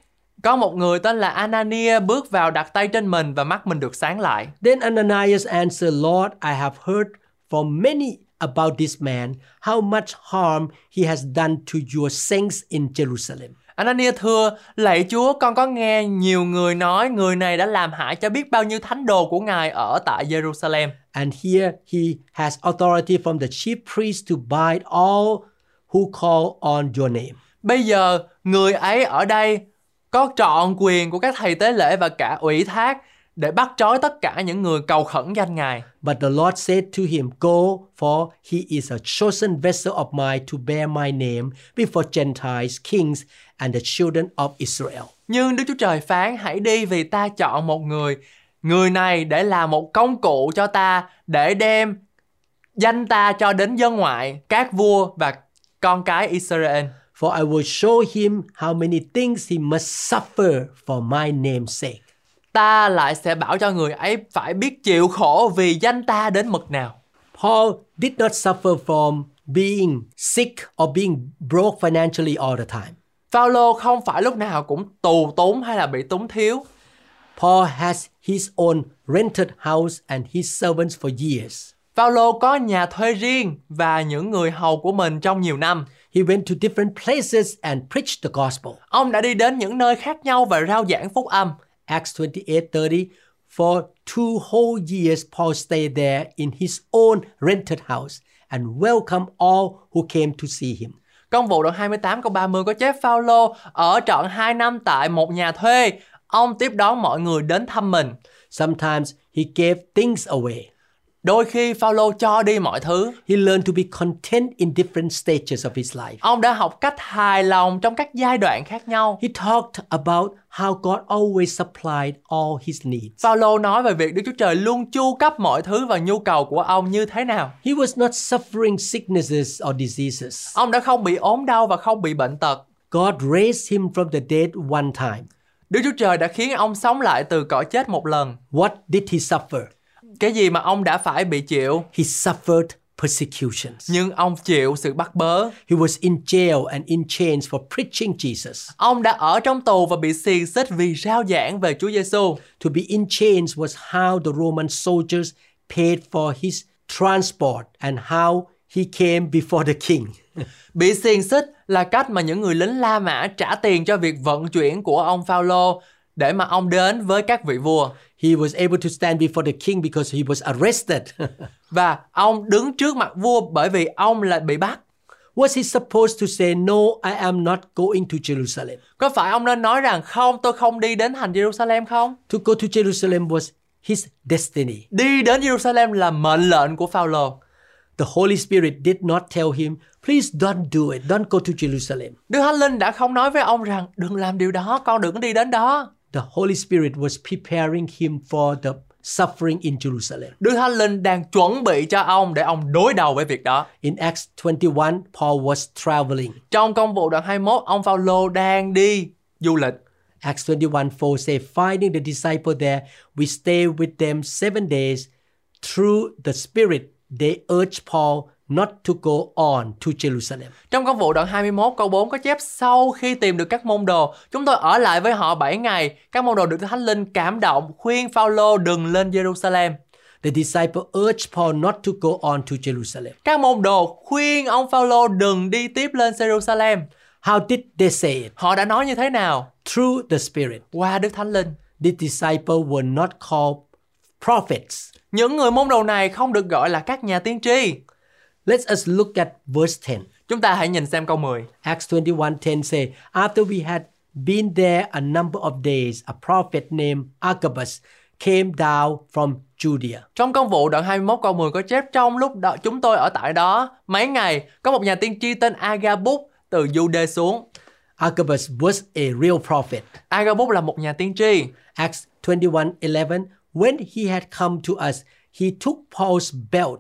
A: có một người tên là Anania bước vào đặt tay trên mình và mắt mình được sáng lại.
B: Then Ananias answered, Lord, I have heard from many about this man, how much harm he has done to your saints in Jerusalem.
A: Anania thưa, lạy Chúa, con có nghe nhiều người nói người này đã làm hại cho biết bao nhiêu thánh đồ của Ngài ở tại Jerusalem.
B: And here he has authority from the chief priest to bind all who call on your name.
A: Bây giờ, người ấy ở đây có trọn quyền của các thầy tế lễ và cả ủy thác để bắt trói tất cả những người cầu khẩn danh Ngài.
B: But the Lord said to him, Go, for he is a chosen vessel of mine to bear my name before Gentiles, kings, and the children of Israel.
A: Nhưng Đức Chúa Trời phán hãy đi vì ta chọn một người, người này để là một công cụ cho ta để đem danh ta cho đến dân ngoại, các vua và con cái Israel.
B: For I will show him how many things he must suffer for my name's sake.
A: ta lại sẽ bảo cho người ấy phải biết chịu khổ vì danh ta đến mực nào.
B: Paul did not suffer from being sick or being broke financially all the time.
A: Phaolô không phải lúc nào cũng tù túng hay là bị túng thiếu.
B: Paul has his own rented house and his servants for years.
A: Phaolô có nhà thuê riêng và những người hầu của mình trong nhiều năm.
B: He went to different places and preached the gospel.
A: Ông đã đi đến những nơi khác nhau và rao giảng phúc âm.
B: Acts 28:30 For two whole years Paul stayed there in his own rented house and welcomed all who came to see him.
A: Công vụ đoạn 28 câu 30 có chép Phaolô ở trọn 2 năm tại một nhà thuê. Ông tiếp đón mọi người đến thăm mình.
B: Sometimes he gave things away.
A: Đôi khi Phaolô cho đi mọi thứ.
B: He learned to be content in different stages of his life.
A: Ông đã học cách hài lòng trong các giai đoạn khác nhau.
B: He talked about how God always supplied all his needs.
A: Phaolô nói về việc Đức Chúa Trời luôn chu cấp mọi thứ và nhu cầu của ông như thế nào.
B: He was not suffering sicknesses or diseases.
A: Ông đã không bị ốm đau và không bị bệnh tật.
B: God raised him from the dead one time.
A: Đức Chúa Trời đã khiến ông sống lại từ cõi chết một lần.
B: What did he suffer?
A: Cái gì mà ông đã phải bị chịu,
B: He suffered persecutions.
A: nhưng ông chịu sự bắt bớ.
B: He was in jail and in chains for preaching Jesus.
A: Ông đã ở trong tù và bị xiềng xích vì rao giảng về Chúa Giêsu.
B: To be in chains was how the Roman soldiers paid for his transport and how he came before the king.
A: Bị xiềng xích là cách mà những người lính La Mã trả tiền cho việc vận chuyển của ông Phaolô để mà ông đến với các vị vua.
B: He was able to stand before the king because he was arrested.
A: Và ông đứng trước mặt vua bởi vì ông là bị bắt.
B: was he supposed to say, No, I am not going to Jerusalem?
A: Có phải ông nên nói rằng không, tôi không đi đến thành Jerusalem không?
B: To go to Jerusalem was his destiny.
A: Đi đến Jerusalem là mệnh lệnh của Phaolô.
B: The Holy Spirit did not tell him, Please don't do it, don't go to Jerusalem.
A: Đức Thánh Linh đã không nói với ông rằng đừng làm điều đó, con đừng có đi đến đó.
B: The Holy Spirit was preparing him for the suffering in Jerusalem.
A: Đức Thánh Linh đang chuẩn bị cho ông để ông đối đầu với việc đó.
B: In Acts 21, Paul was traveling.
A: Trong công vụ đoạn 21, ông Phaolô đang đi du lịch.
B: Acts 21 4 say, Finding the disciple there, we stay with them seven days. Through the Spirit, they urged Paul not to go on to Jerusalem.
A: Trong công vụ đoạn 21 câu 4 có chép sau khi tìm được các môn đồ, chúng tôi ở lại với họ 7 ngày. Các môn đồ được Đức Thánh Linh cảm động khuyên Phaolô đừng lên Jerusalem.
B: The disciple urged Paul not to go on to Jerusalem.
A: Các môn đồ khuyên ông Phaolô đừng đi tiếp lên Jerusalem.
B: How did they say it?
A: Họ đã nói như thế nào?
B: Through the Spirit.
A: Qua Đức Thánh Linh.
B: The disciple were not called prophets.
A: Những người môn đồ này không được gọi là các nhà tiên tri.
B: Let us look at verse 10.
A: Chúng ta hãy nhìn xem câu 10.
B: Acts 21:10 say, After we had been there a number of days, a prophet named Agabus came down from Judea.
A: Trong công vụ đoạn 21 câu 10 có chép trong lúc đó chúng tôi ở tại đó mấy ngày có một nhà tiên tri tên Agabus từ Jude xuống.
B: Agabus was a real prophet.
A: Agabus là một nhà tiên tri.
B: Acts 21:11 When he had come to us, he took Paul's belt,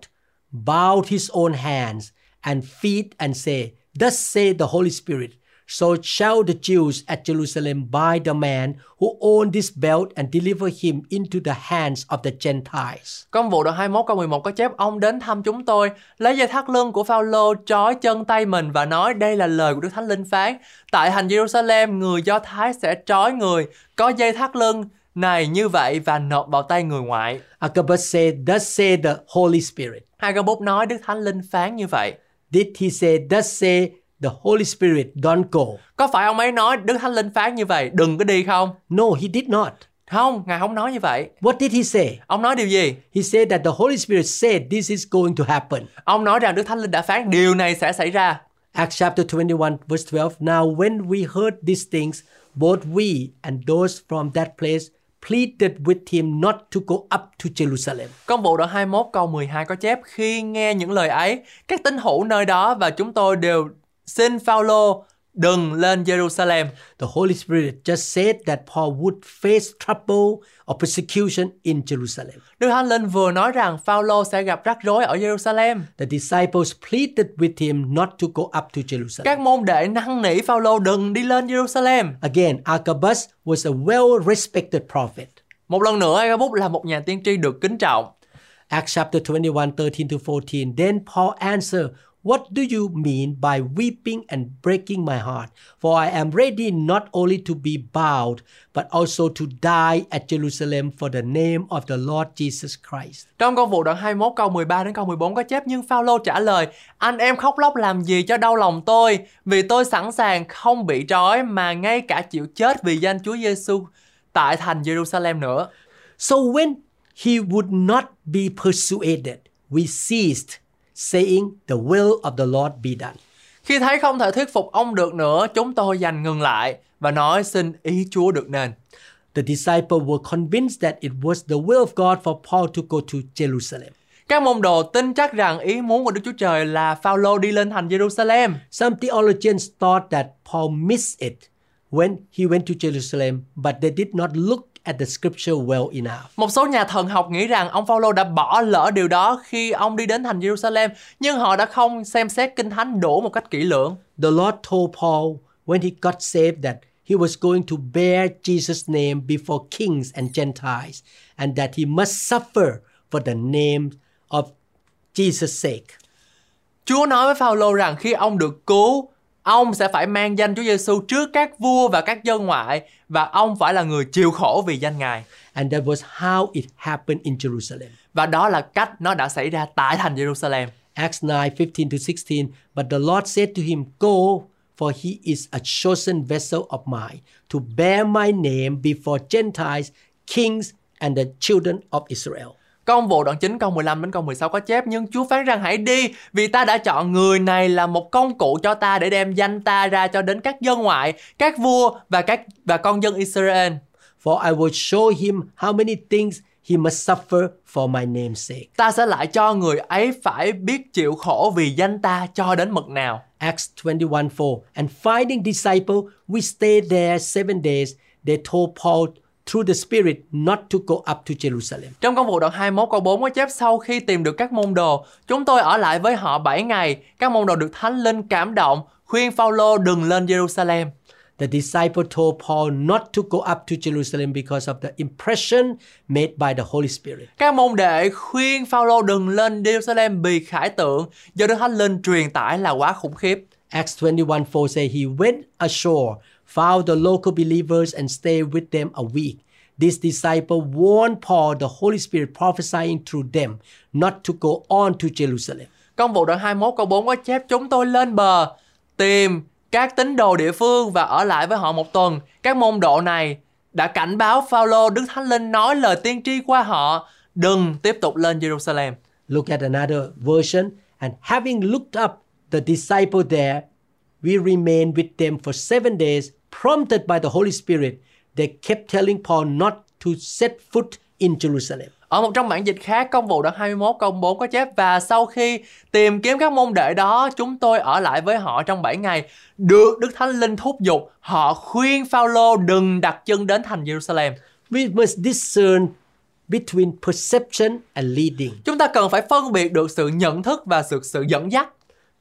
B: bound his own hands and feet and said, Thus saith the Holy Spirit, so shall the Jews at Jerusalem buy the man who owned this belt and deliver him into the hands of the Gentiles.
A: Công vụ đoạn 21 câu 11 có chép ông đến thăm chúng tôi, lấy dây thắt lưng của Phaolô trói chân tay mình và nói đây là lời của Đức Thánh Linh phán. Tại thành Jerusalem, người Do Thái sẽ trói người có dây thắt lưng này như vậy và nộp vào tay người ngoại.
B: Agabus said, Thus saith the Holy Spirit.
A: Agabus nói Đức Thánh Linh phán như vậy.
B: Did he say, Thus saith the Holy Spirit, don't go?
A: Có phải ông ấy nói Đức Thánh Linh phán như vậy, đừng có đi không?
B: No, he did not.
A: Không, Ngài không nói như vậy.
B: What did he say?
A: Ông nói điều gì?
B: He said that the Holy Spirit said this is going to happen.
A: Ông nói rằng Đức Thánh Linh đã phán điều này sẽ xảy ra.
B: Acts chapter 21, verse 12. Now, when we heard these things, both we and those from that place pleaded with him not to go up to Jerusalem.
A: Công vụ đoạn 21 câu 12 có chép khi nghe những lời ấy, các tín hữu nơi đó và chúng tôi đều xin Phaolô đừng lên Jerusalem.
B: The Holy Spirit just said that Paul would face trouble or persecution in Jerusalem.
A: Đức Thánh Linh vừa nói rằng Phaolô sẽ gặp rắc rối ở Jerusalem.
B: The disciples pleaded with him not to go up to Jerusalem.
A: Các môn đệ năn nỉ Phaolô đừng đi lên Jerusalem.
B: Again, Agabus was a well respected prophet.
A: Một lần nữa Agabus là một nhà tiên tri được kính trọng.
B: Acts chapter 21, 13 to 14. Then Paul answered, What do you mean by weeping and breaking my heart? For I am ready not only to be bound, but also to die at Jerusalem for the name of the Lord Jesus Christ.
A: Trong công vụ đoạn 21 câu 13 đến câu 14 có chép nhưng Phao-lô trả lời Anh em khóc lóc làm gì cho đau lòng tôi Vì tôi sẵn sàng không bị trói mà ngay cả chịu chết vì danh Chúa Giêsu tại thành Jerusalem nữa
B: So when he would not be persuaded, we ceased, saying, The will of the Lord be done.
A: Khi thấy không thể thuyết phục ông được nữa chúng tôi dành ngừng lại Và nói xin ý Chúa được nên
B: The disciples were convinced that it was the will of God for Paul to go to Jerusalem.
A: Các môn đồ tin chắc rằng ý muốn của Đức Chúa Trời là Phao-lô đi lên thành Jerusalem
B: Some theologians thought that Paul missed it when he went to Jerusalem, but they did not look at the scripture well enough.
A: Một số nhà thần học nghĩ rằng ông Phaolô đã bỏ lỡ điều đó khi ông đi đến thành Jerusalem, nhưng họ đã không xem xét kinh thánh đủ một cách kỹ lưỡng.
B: The Lord told Paul when he got saved that he was going to bear Jesus' name before kings and Gentiles, and that he must suffer for the name of Jesus' sake.
A: Chúa nói với Phaolô rằng khi ông được cứu, ông sẽ phải mang danh Chúa Giêsu trước các vua và các dân ngoại và ông phải là người chịu khổ vì danh Ngài.
B: And that was how it happened in Jerusalem.
A: Và đó là cách nó đã xảy ra tại thành Jerusalem.
B: Acts 9 15 to 16. But the Lord said to him, Go, for he is a chosen vessel of mine to bear my name before Gentiles, kings, and the children of Israel.
A: Công vụ đoạn 9 câu 15 đến câu 16 có chép Nhưng Chúa phán rằng hãy đi Vì ta đã chọn người này là một công cụ cho ta Để đem danh ta ra cho đến các dân ngoại Các vua và các và con dân Israel
B: For I will show him how many things he must suffer for my name's sake.
A: Ta sẽ lại cho người ấy phải biết chịu khổ vì danh ta cho đến mực nào
B: Acts 21 4. And finding disciple, we stayed there seven days. They told Paul through the Spirit not to go up to Jerusalem.
A: Trong công vụ đoạn 21 câu 4 có chép Sau khi tìm được các môn đồ Chúng tôi ở lại với họ 7 ngày Các môn đồ được thánh linh cảm động Khuyên Phaolô đừng lên Jerusalem
B: The disciple told Paul not to go up to Jerusalem because of the impression made by the Holy Spirit.
A: Các môn đệ khuyên Phaolô đừng lên Jerusalem vì khải tượng do Đức Thánh Linh truyền tải là quá khủng khiếp.
B: Acts 21 4 says he went ashore, found the local believers, and stayed with them a week. This disciple warned Paul, the Holy Spirit prophesying through them, not to go on to Jerusalem.
A: Công vụ đoạn 21 câu 4 có chép chúng tôi lên bờ tìm các tín đồ địa phương và ở lại với họ một tuần. Các môn độ này đã cảnh báo Phaolô Đức Thánh Linh nói lời tiên tri qua họ đừng tiếp tục lên Jerusalem.
B: Look at another version. And having looked up the disciple there, we remained with them for seven days, prompted by the Holy Spirit. They kept telling Paul not to set foot in Jerusalem.
A: Ở một trong bản dịch khác, công vụ đoạn 21 câu 4 có chép và sau khi tìm kiếm các môn đệ đó, chúng tôi ở lại với họ trong 7 ngày. Được Đức Thánh Linh thúc giục, họ khuyên Phaolô đừng đặt chân đến thành Jerusalem.
B: We must discern between perception and leading.
A: Chúng ta cần phải phân biệt được sự nhận thức và sự sự dẫn dắt.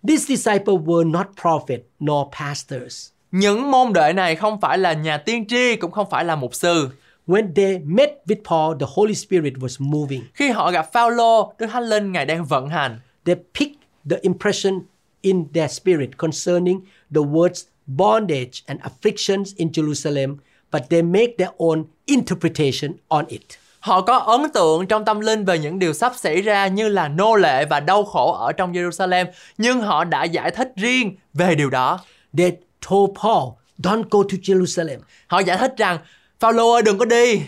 B: These disciples were not prophets nor pastors.
A: Những môn đệ này không phải là nhà tiên tri, cũng không phải là mục sư.
B: When they met with Paul, the Holy Spirit was moving.
A: Khi họ gặp Phaolô, Đức Thánh Linh Ngài đang vận hành.
B: They picked the impression in their spirit concerning the words bondage and afflictions in Jerusalem, but they make their own interpretation on it.
A: Họ có ấn tượng trong tâm linh về những điều sắp xảy ra như là nô lệ và đau khổ ở trong Jerusalem, nhưng họ đã giải thích riêng về điều đó.
B: They told Paul, don't go to Jerusalem.
A: Họ giải thích rằng Phaolô ơi đừng có đi.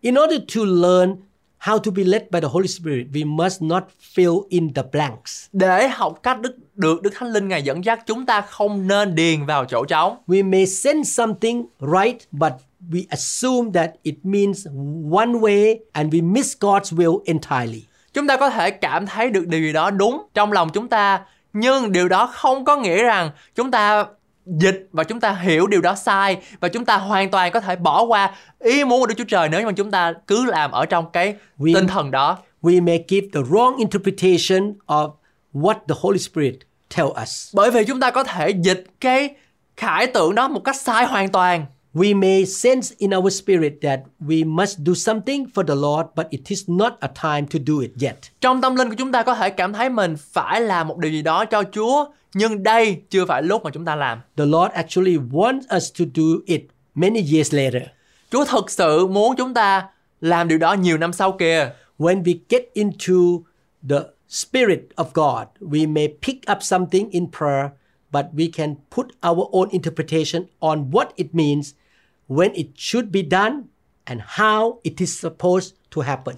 B: In order to learn how to be led by the Holy Spirit, we must not fill in the blanks.
A: Để học cách đức được Đức Thánh Linh Ngài dẫn dắt chúng ta không nên điền vào chỗ trống.
B: We may sense something right, but we assume that it means one way and we miss God's will entirely.
A: Chúng ta có thể cảm thấy được điều gì đó đúng trong lòng chúng ta, nhưng điều đó không có nghĩa rằng chúng ta dịch và chúng ta hiểu điều đó sai và chúng ta hoàn toàn có thể bỏ qua ý muốn của Đức Chúa Trời nếu mà chúng ta cứ làm ở trong cái
B: Vì-
A: tinh thần đó.
B: We may give the wrong interpretation of what the Holy Spirit tell us.
A: Bởi vì chúng ta có thể dịch cái khải tượng đó một cách sai hoàn toàn.
B: we may sense in our spirit that we must do something for the Lord, but it is not a time to do it yet.
A: Trong tâm linh của chúng ta có thể cảm thấy mình phải làm một điều gì đó cho Chúa, nhưng đây chưa phải lúc mà chúng ta làm.
B: The Lord actually wants us to do it many years later.
A: Chúa thực sự muốn chúng ta làm điều đó nhiều năm sau kìa.
B: When we get into the Spirit of God, we may pick up something in prayer, but we can put our own interpretation on what it means, when it should be done, and how it is supposed to happen.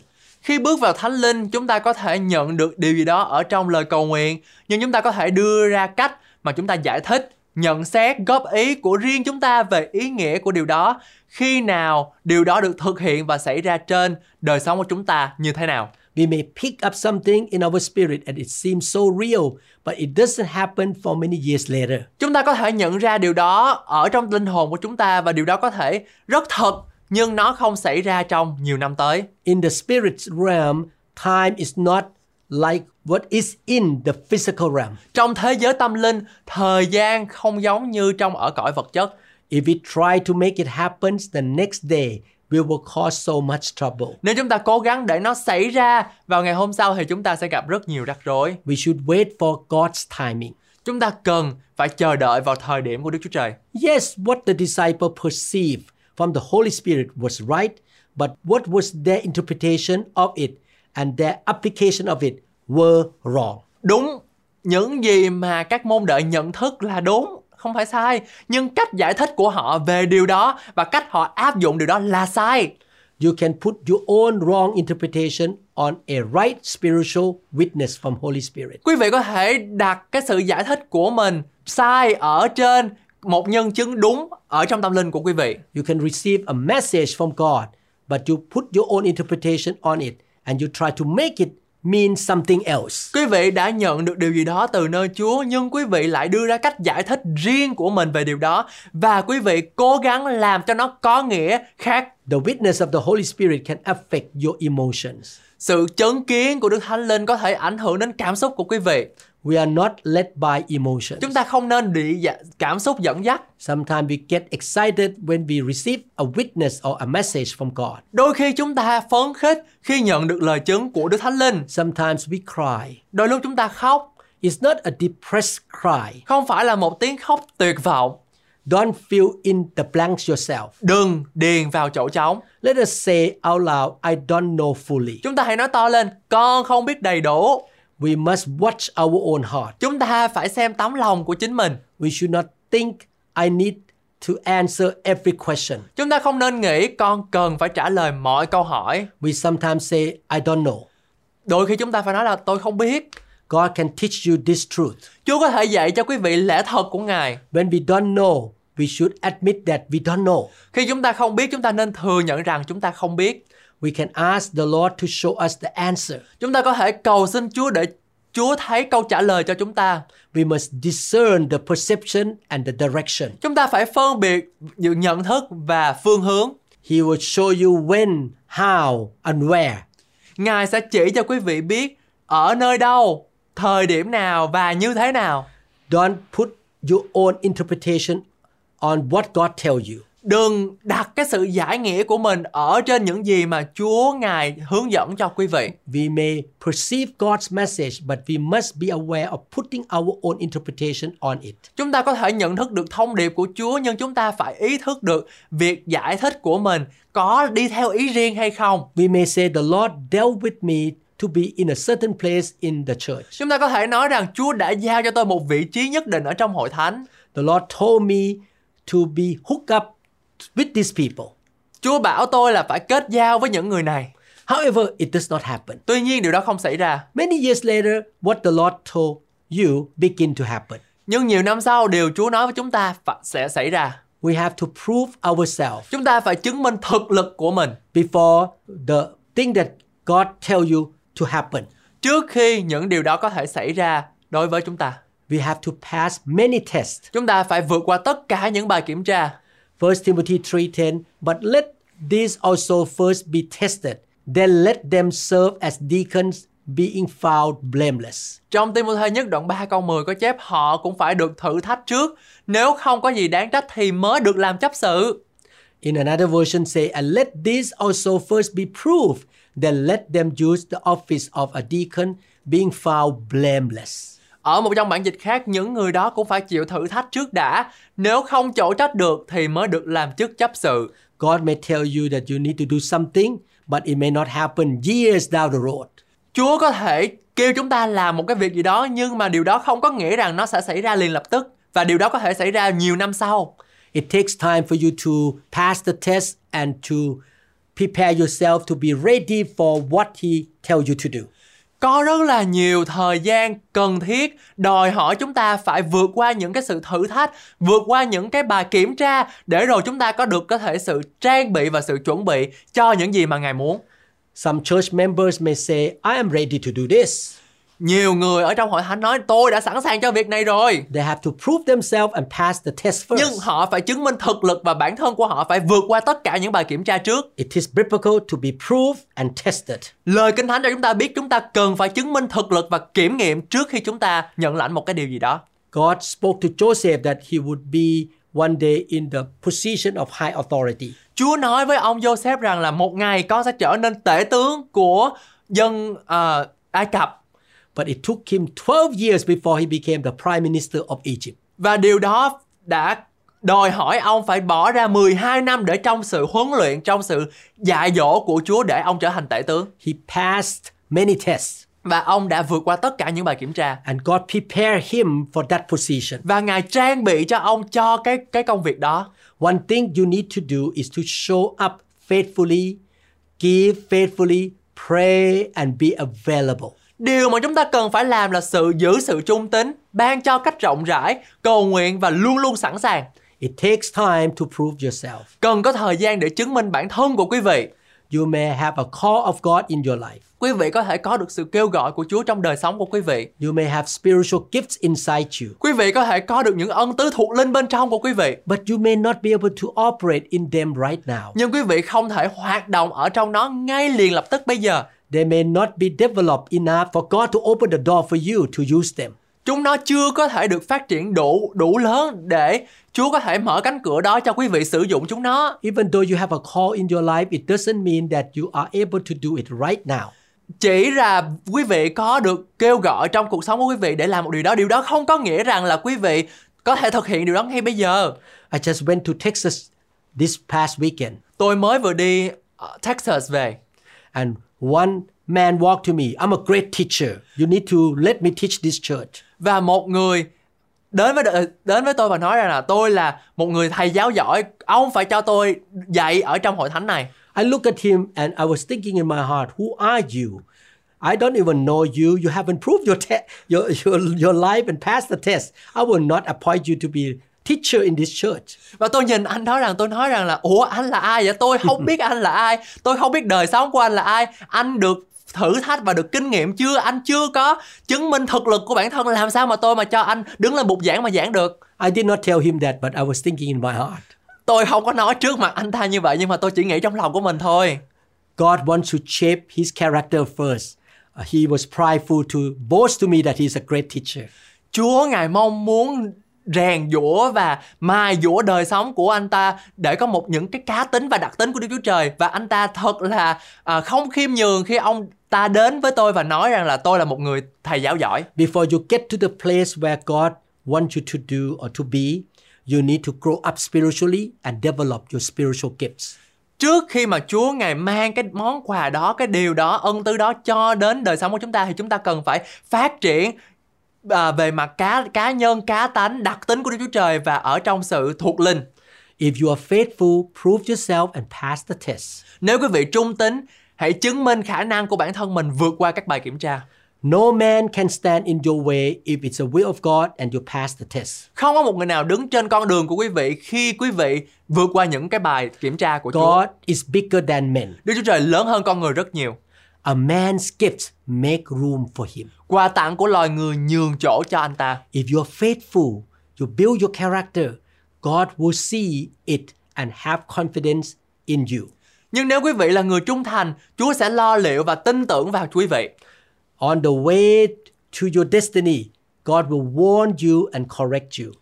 A: Khi bước vào Thánh Linh, chúng ta có thể nhận được điều gì đó ở trong lời cầu nguyện, nhưng chúng ta có thể đưa ra cách mà chúng ta giải thích, nhận xét, góp ý của riêng chúng ta về ý nghĩa của điều đó, khi nào điều đó được thực hiện và xảy ra trên đời sống của chúng ta như thế nào.
B: We may pick up something in our spirit and it seems so real, but it doesn't happen for many years later.
A: Chúng ta có thể nhận ra điều đó ở trong linh hồn của chúng ta và điều đó có thể rất thật nhưng nó không xảy ra trong nhiều năm tới.
B: In the spirit realm, time is not like what is in the physical realm.
A: Trong thế giới tâm linh, thời gian không giống như trong ở cõi vật chất.
B: If we try to make it happen the next day, we will cause so much trouble.
A: Nếu chúng ta cố gắng để nó xảy ra vào ngày hôm sau thì chúng ta sẽ gặp rất nhiều rắc rối.
B: We should wait for God's timing.
A: Chúng ta cần phải chờ đợi vào thời điểm của Đức Chúa Trời.
B: Yes, what the disciple perceived from the Holy Spirit was right, but what was their interpretation of it and their application of it were wrong.
A: Đúng, những gì mà các môn đệ nhận thức là đúng, không phải sai, nhưng cách giải thích của họ về điều đó và cách họ áp dụng điều đó là sai.
B: You can put your own wrong interpretation on a right spiritual witness from Holy Spirit.
A: Quý vị có thể đặt cái sự giải thích của mình sai ở trên một nhân chứng đúng ở trong tâm linh của quý vị.
B: You can receive a message from God, but you put your own interpretation on it and you try to make it mean something else.
A: Quý vị đã nhận được điều gì đó từ nơi Chúa nhưng quý vị lại đưa ra cách giải thích riêng của mình về điều đó và quý vị cố gắng làm cho nó có nghĩa khác.
B: The witness of the Holy Spirit can affect your emotions.
A: Sự chứng kiến của Đức Thánh Linh có thể ảnh hưởng đến cảm xúc của quý vị.
B: We are not led by emotions.
A: Chúng ta không nên bị dạ- cảm xúc dẫn dắt.
B: Sometimes we get excited when we receive a witness or a message from God.
A: Đôi khi chúng ta phấn khích khi nhận được lời chứng của Đức Thánh Linh.
B: Sometimes we cry.
A: Đôi lúc chúng ta khóc,
B: It's not a depressed cry.
A: không phải là một tiếng khóc tuyệt vọng.
B: Don't fill in the blanks yourself.
A: Đừng điền vào chỗ trống.
B: Let us say out loud, I don't know fully.
A: Chúng ta hãy nói to lên, con không biết đầy đủ.
B: We must watch our own heart.
A: Chúng ta phải xem tấm lòng của chính mình.
B: We should not think I need to answer every question.
A: Chúng ta không nên nghĩ con cần phải trả lời mọi câu hỏi.
B: We sometimes say, I don't know.
A: Đôi khi chúng ta phải nói là tôi không biết.
B: God can teach you this truth.
A: Chúa có thể dạy cho quý vị lẽ thật của Ngài.
B: When we don't know, we should admit that we don't know.
A: Khi chúng ta không biết, chúng ta nên thừa nhận rằng chúng ta không biết.
B: We can ask the Lord to show us the answer.
A: Chúng ta có thể cầu xin Chúa để Chúa thấy câu trả lời cho chúng ta.
B: We must discern the perception and the direction.
A: Chúng ta phải phân biệt giữa nhận thức và phương hướng.
B: He will show you when, how, and where.
A: Ngài sẽ chỉ cho quý vị biết ở nơi đâu, thời điểm nào và như thế nào.
B: Don't put your own interpretation on what God tells you.
A: Đừng đặt cái sự giải nghĩa của mình ở trên những gì mà Chúa Ngài hướng dẫn cho quý vị.
B: We may perceive God's message, but we must be aware of putting our own interpretation on it.
A: Chúng ta có thể nhận thức được thông điệp của Chúa nhưng chúng ta phải ý thức được việc giải thích của mình có đi theo ý riêng hay không.
B: We may say, The Lord dealt with me to be in a certain place in the church.
A: Chúng ta có thể nói rằng Chúa đã giao cho tôi một vị trí nhất định ở trong hội thánh.
B: The Lord told me to be hooked up with these people.
A: Chúa bảo tôi là phải kết giao với những người này.
B: However, it does not happen.
A: Tuy nhiên điều đó không xảy ra.
B: Many years later, what the Lord told you begin to happen.
A: Nhưng nhiều năm sau điều Chúa nói với chúng ta phải- sẽ xảy ra.
B: We have to prove ourselves
A: Chúng ta phải chứng minh thực lực của mình
B: before the thing that God tell you to happen.
A: trước khi những điều đó có thể xảy ra đối với chúng ta.
B: We have to pass many tests.
A: Chúng ta phải vượt qua tất cả những bài kiểm tra.
B: 1 Timothy 3:10 But let these also first be tested then let them serve as deacons being found blameless.
A: Trong Timothy nhất đoạn 3 câu 10 có chép họ cũng phải được thử thách trước, nếu không có gì đáng trách thì mới được làm chấp sự.
B: In another version say, and let this also first be proved, then let them use the office of a deacon being found blameless.
A: Ở một trong bản dịch khác, những người đó cũng phải chịu thử thách trước đã. Nếu không chỗ trách được thì mới được làm chức chấp sự.
B: God may tell you that you need to do something, but it may not happen years down the road.
A: Chúa có thể kêu chúng ta làm một cái việc gì đó nhưng mà điều đó không có nghĩa rằng nó sẽ xảy ra liền lập tức và điều đó có thể xảy ra nhiều năm sau.
B: It takes time for you to pass the test and to prepare yourself to be ready for what He tells you to do.
A: Có rất là nhiều thời gian cần thiết đòi hỏi chúng ta phải vượt qua những cái sự thử thách, vượt qua những cái bài kiểm tra để rồi chúng ta có được có thể sự trang bị và sự chuẩn bị cho những gì mà Ngài muốn.
B: Some church members may say, I am ready to do this.
A: Nhiều người ở trong hội thánh nói tôi đã sẵn sàng cho việc này rồi.
B: They have to prove themselves and pass the test first.
A: Nhưng họ phải chứng minh thực lực và bản thân của họ phải vượt qua tất cả những bài kiểm tra trước.
B: It is biblical to be proved and tested.
A: Lời Kinh Thánh cho chúng ta biết chúng ta cần phải chứng minh thực lực và kiểm nghiệm trước khi chúng ta nhận lãnh một cái điều gì đó.
B: God spoke to Joseph that he would be one day in the position of high authority.
A: Chúa nói với ông Joseph rằng là một ngày con sẽ trở nên tể tướng của dân ờ, Ai Cập
B: But it took him 12 years before he became the prime minister of Egypt.
A: và điều đó đã đòi hỏi ông phải bỏ ra 12 năm để trong sự huấn luyện, trong sự dạy dỗ của Chúa để ông trở thành tể tướng.
B: He passed many tests
A: Và ông đã vượt qua tất cả những bài kiểm tra.
B: and God prepared him for that position.
A: Và Ngài trang bị cho ông cho cái cái công việc đó.
B: One thing you need to do is to show up faithfully, give faithfully, pray and be available.
A: Điều mà chúng ta cần phải làm là sự giữ sự trung tín, ban cho cách rộng rãi, cầu nguyện và luôn luôn sẵn sàng.
B: It takes time to prove yourself.
A: Cần có thời gian để chứng minh bản thân của quý vị.
B: You may have a call of God in your life.
A: Quý vị có thể có được sự kêu gọi của Chúa trong đời sống của quý vị.
B: You may have spiritual gifts inside you,
A: Quý vị có thể có được những ân tứ thuộc linh bên trong của quý vị.
B: but you may not be able to operate in them right now.
A: Nhưng quý vị không thể hoạt động ở trong nó ngay liền lập tức bây giờ.
B: They may not be developed enough for God to open the door for you to use them.
A: Chúng nó chưa có thể được phát triển đủ đủ lớn để Chúa có thể mở cánh cửa đó cho quý vị sử dụng chúng nó.
B: Even though you have a call in your life, it doesn't mean that you are able to do it right now.
A: chỉ là quý vị có được kêu gọi trong cuộc sống của quý vị để làm một điều đó điều đó không có nghĩa rằng là quý vị có thể thực hiện điều đó ngay bây giờ
B: I just went to Texas this past weekend,
A: tôi mới vừa đi ờ, Texas về
B: and one man walked to me. I'm a great teacher. You need to let me teach this church.
A: và một người đến với đ- đến với tôi và nói rằng là tôi là một người thầy giáo giỏi ông phải cho tôi dạy ở trong hội thánh này
B: I look at him and I was thinking in my heart, who are you? I don't even know you. You haven't proved your, te- your, your, your life and passed the test. I will not appoint you to be teacher in this church.
A: và tôi nhìn anh đó rằng tôi nói rằng là ủa anh là ai vậy tôi không biết anh là ai tôi không biết đời sống của anh là ai anh được thử thách và được kinh nghiệm chưa anh chưa có chứng minh thực lực của bản thân làm sao mà tôi mà cho anh đứng lên bục giảng mà giảng được
B: I did not tell him that, but I was thinking in my heart.
A: tôi không có nói trước mặt anh ta như vậy nhưng mà tôi chỉ nghĩ trong lòng của mình thôi
B: God wants to shape his character first. Uh, He was prideful to boast to me that he's a great teacher.
A: chúa ngài mong muốn rèn giũa và mài giũa đời sống của anh ta để có một những cái cá tính và đặc tính của Đức Chúa Trời và anh ta thật là à, không khiêm nhường khi ông ta đến với tôi và nói rằng là tôi là một người thầy giáo giỏi
B: Before you get to the place where God wants you to do or to be, you need to grow up spiritually and develop your spiritual gifts.
A: trước khi mà Chúa ngài mang cái món quà đó cái điều đó ân tứ đó cho đến đời sống của chúng ta thì chúng ta cần phải phát triển à, về mặt cá cá nhân cá tánh đặc tính của Đức Chúa Trời và ở trong sự thuộc linh
B: If you are faithful, prove yourself and pass the test.
A: Nếu quý vị trung tín, hãy chứng minh khả năng của bản thân mình vượt qua các bài kiểm tra.
B: No man can stand in your way if it's the will of God and you pass the test.
A: Không có một người nào đứng trên con đường của quý vị khi quý vị vượt qua những cái bài kiểm tra của Chúa.
B: God is bigger than men.
A: Đức Chúa Trời lớn hơn con người rất nhiều.
B: A man's gifts make room for him.
A: Quà tặng của loài người nhường chỗ cho anh ta.
B: If you are faithful, you build your character, God will see it and have confidence in you.
A: Nhưng nếu quý vị là người trung thành, Chúa sẽ lo liệu và tin tưởng vào quý vị.
B: On the way to your destiny, God will warn you and correct you.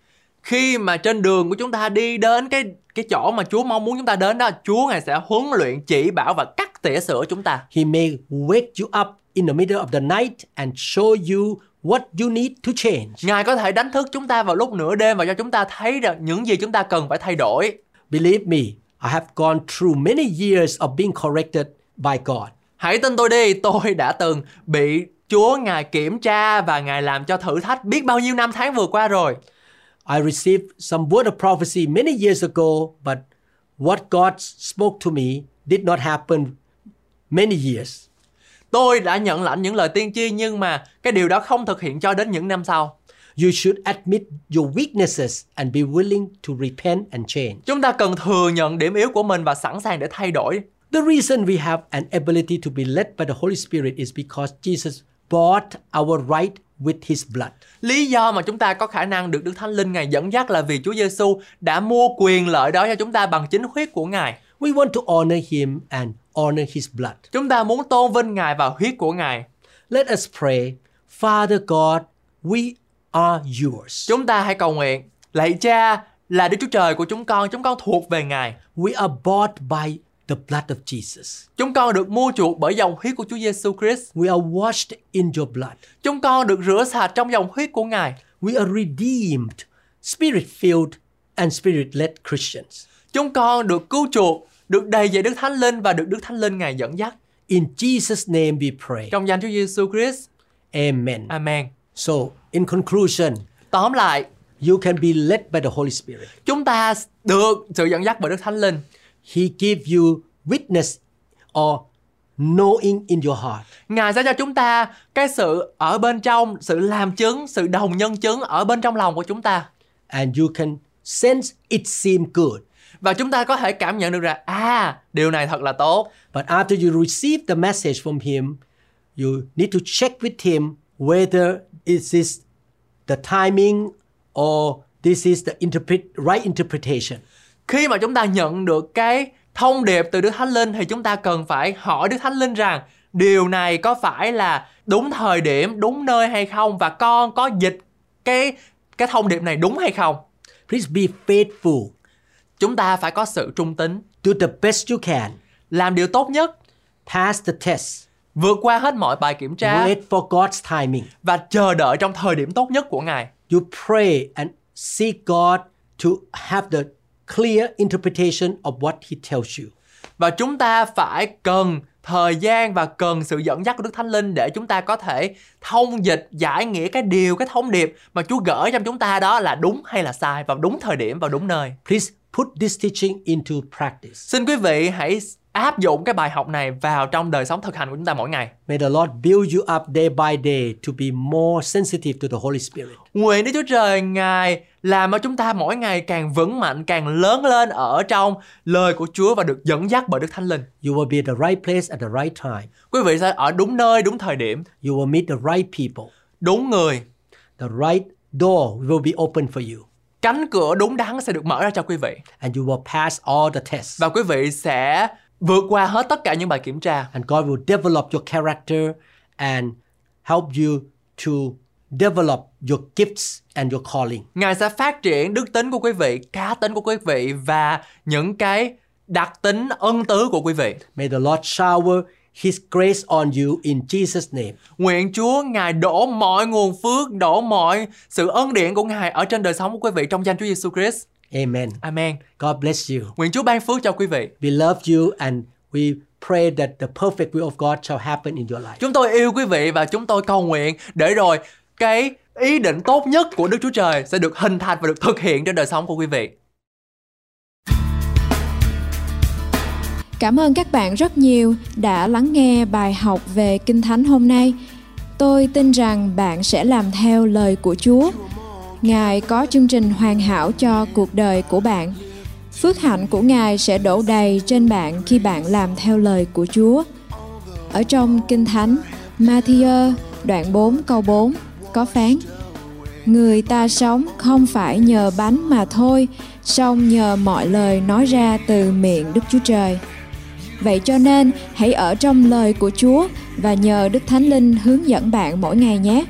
A: khi mà trên đường của chúng ta đi đến cái cái chỗ mà Chúa mong muốn chúng ta đến đó, Chúa ngài sẽ huấn luyện chỉ bảo và cắt tỉa sửa chúng ta.
B: He may wake you up in the middle of the night and show you what you need to change.
A: Ngài có thể đánh thức chúng ta vào lúc nửa đêm và cho chúng ta thấy rằng những gì chúng ta cần phải thay đổi.
B: Believe me, I have gone through many years of being corrected by God.
A: Hãy tin tôi đi, tôi đã từng bị Chúa ngài kiểm tra và ngài làm cho thử thách biết bao nhiêu năm tháng vừa qua rồi.
B: I received some word of prophecy many years ago, but what God spoke to me did not happen many years.
A: Tôi đã nhận lãnh những lời tiên tri nhưng mà cái điều đó không thực hiện cho đến những năm sau.
B: You should admit your weaknesses and be willing to repent and change.
A: Chúng ta cần thừa nhận điểm yếu của mình và sẵn sàng để thay đổi.
B: The reason we have an ability to be led by the Holy Spirit is because Jesus bought our right with his blood.
A: Lý do mà chúng ta có khả năng được Đức Thánh Linh Ngài dẫn dắt là vì Chúa Giêsu đã mua quyền lợi đó cho chúng ta bằng chính huyết của Ngài.
B: We want to honor him and honor his blood.
A: Chúng ta muốn tôn vinh Ngài và huyết của Ngài.
B: Let us pray, Father God, we are yours.
A: Chúng ta hãy cầu nguyện, lạy Cha là Đức Chúa Trời của chúng con, chúng con thuộc về Ngài.
B: We are bought by the blood of Jesus.
A: Chúng con được mua chuộc bởi dòng huyết của Chúa Giêsu Christ.
B: We are washed in your blood.
A: Chúng con được rửa sạch trong dòng huyết của Ngài.
B: We are redeemed, spirit filled, and spirit led Christians.
A: Chúng con được cứu chuộc, được đầy dạy Đức Thánh Linh và được Đức Thánh Linh Ngài dẫn dắt.
B: In Jesus' name we pray.
A: Trong danh Chúa Giêsu Christ.
B: Amen.
A: Amen.
B: So, in conclusion,
A: Tóm lại,
B: you can be led by the Holy Spirit.
A: chúng ta được sự dẫn dắt bởi Đức Thánh Linh.
B: He give you witness or knowing in your heart.
A: Ngài sẽ cho chúng ta cái sự ở bên trong, sự làm chứng, sự đồng nhân chứng ở bên trong lòng của chúng ta.
B: and you can sense it seemed good.
A: Và chúng ta có thể cảm nhận được rằng à, điều này thật là tốt.
B: But after you receive the message from him, you need to check with him whether this is the timing or this is the interpret- right interpretation.
A: Khi mà chúng ta nhận được cái thông điệp từ Đức Thánh Linh thì chúng ta cần phải hỏi Đức Thánh Linh rằng điều này có phải là đúng thời điểm, đúng nơi hay không và con có dịch cái cái thông điệp này đúng hay không.
B: Please be faithful.
A: Chúng ta phải có sự trung tín,
B: Do the best you can.
A: làm điều tốt nhất,
B: Pass the test.
A: vượt qua hết mọi bài kiểm tra
B: Wait for God's timing.
A: và chờ đợi trong thời điểm tốt nhất của Ngài.
B: You pray and seek God to have the clear interpretation of what he tells you.
A: Và chúng ta phải cần thời gian và cần sự dẫn dắt của Đức Thánh Linh để chúng ta có thể thông dịch giải nghĩa cái điều cái thông điệp mà Chúa gửi cho chúng ta đó là đúng hay là sai vào đúng thời điểm vào đúng nơi.
B: Please put this teaching into practice.
A: Xin quý vị hãy áp dụng cái bài học này vào trong đời sống thực hành của chúng ta mỗi ngày.
B: May the Lord build you up day by day to be more sensitive to the Holy Spirit.
A: Nguyện Đức Chúa Trời Ngài làm cho chúng ta mỗi ngày càng vững mạnh, càng lớn lên ở trong lời của Chúa và được dẫn dắt bởi Đức Thánh Linh.
B: You will be at the right place at the right time.
A: Quý vị sẽ ở đúng nơi, đúng thời điểm,
B: You will meet the right people.
A: đúng người.
B: The right door will be open for you.
A: Cánh cửa đúng đắn sẽ được mở ra cho quý vị.
B: And you will pass all the tests.
A: và quý vị sẽ vượt qua hết tất cả những bài kiểm tra
B: And God will develop your character and help you to develop your gifts and your calling.
A: ngài sẽ phát triển đức tính của quý vị cá tính của quý vị và những cái đặc tính ân tứ của quý vị
B: May the Lord shower His grace on you in Jesus' name.
A: nguyện chúa ngài đổ mọi nguồn phước đổ mọi sự ân điển của ngài ở trên đời sống của quý vị trong danh chúa giêsu christ
B: Amen.
A: amen
B: God bless you.
A: nguyện chúa ban phước cho quý vị
B: We love you and we pray that the perfect will of God shall happen in your life.
A: chúng tôi yêu quý vị và chúng tôi cầu nguyện để rồi cái ý định tốt nhất của đức chúa trời sẽ được hình thành và được thực hiện trên đời sống của quý vị
C: Cảm ơn các bạn rất nhiều đã lắng nghe bài học về Kinh Thánh hôm nay. Tôi tin rằng bạn sẽ làm theo lời của Chúa. Ngài có chương trình hoàn hảo cho cuộc đời của bạn. Phước hạnh của Ngài sẽ đổ đầy trên bạn khi bạn làm theo lời của Chúa. Ở trong Kinh Thánh, Matthew đoạn 4 câu 4 có phán Người ta sống không phải nhờ bánh mà thôi, song nhờ mọi lời nói ra từ miệng Đức Chúa Trời. Vậy cho nên, hãy ở trong lời của Chúa và nhờ Đức Thánh Linh hướng dẫn bạn mỗi ngày nhé.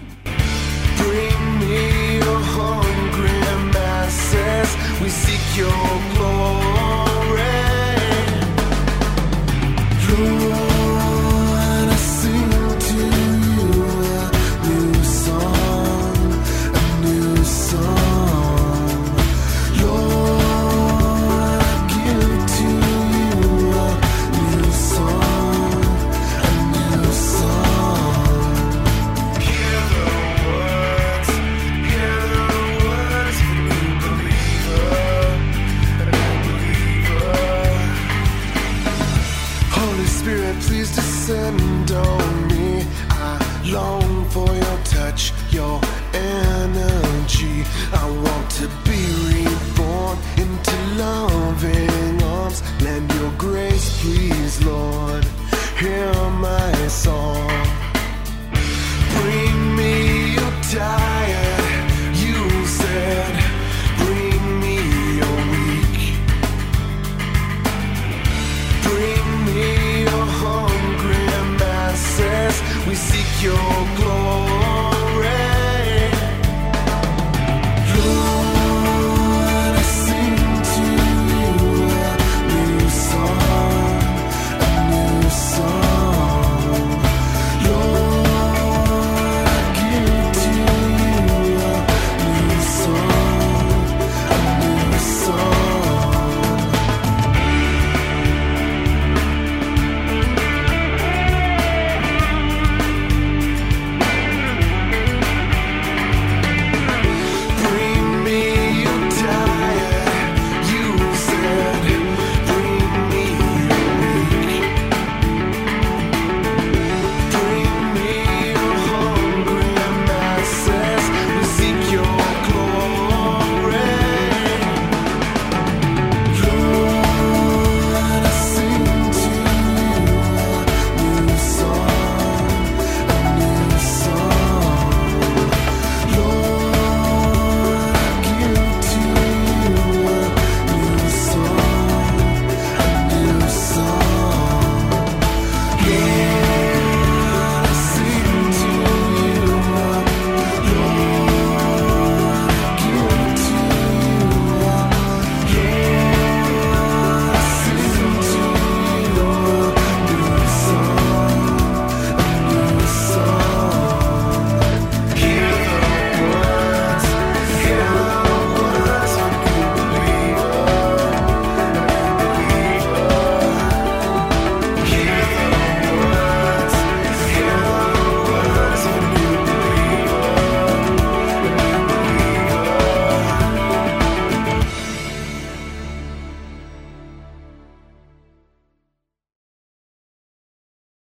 D: Bring me your hungry master. we seek your glory. Lord, I sing to you a new song, a new song. Lord, I give to you a new song, a new song. Hear the words, hear the words of a new believer, a new believer. Holy Spirit, please descend on me. I long for your touch, your energy. I want to be reborn into love.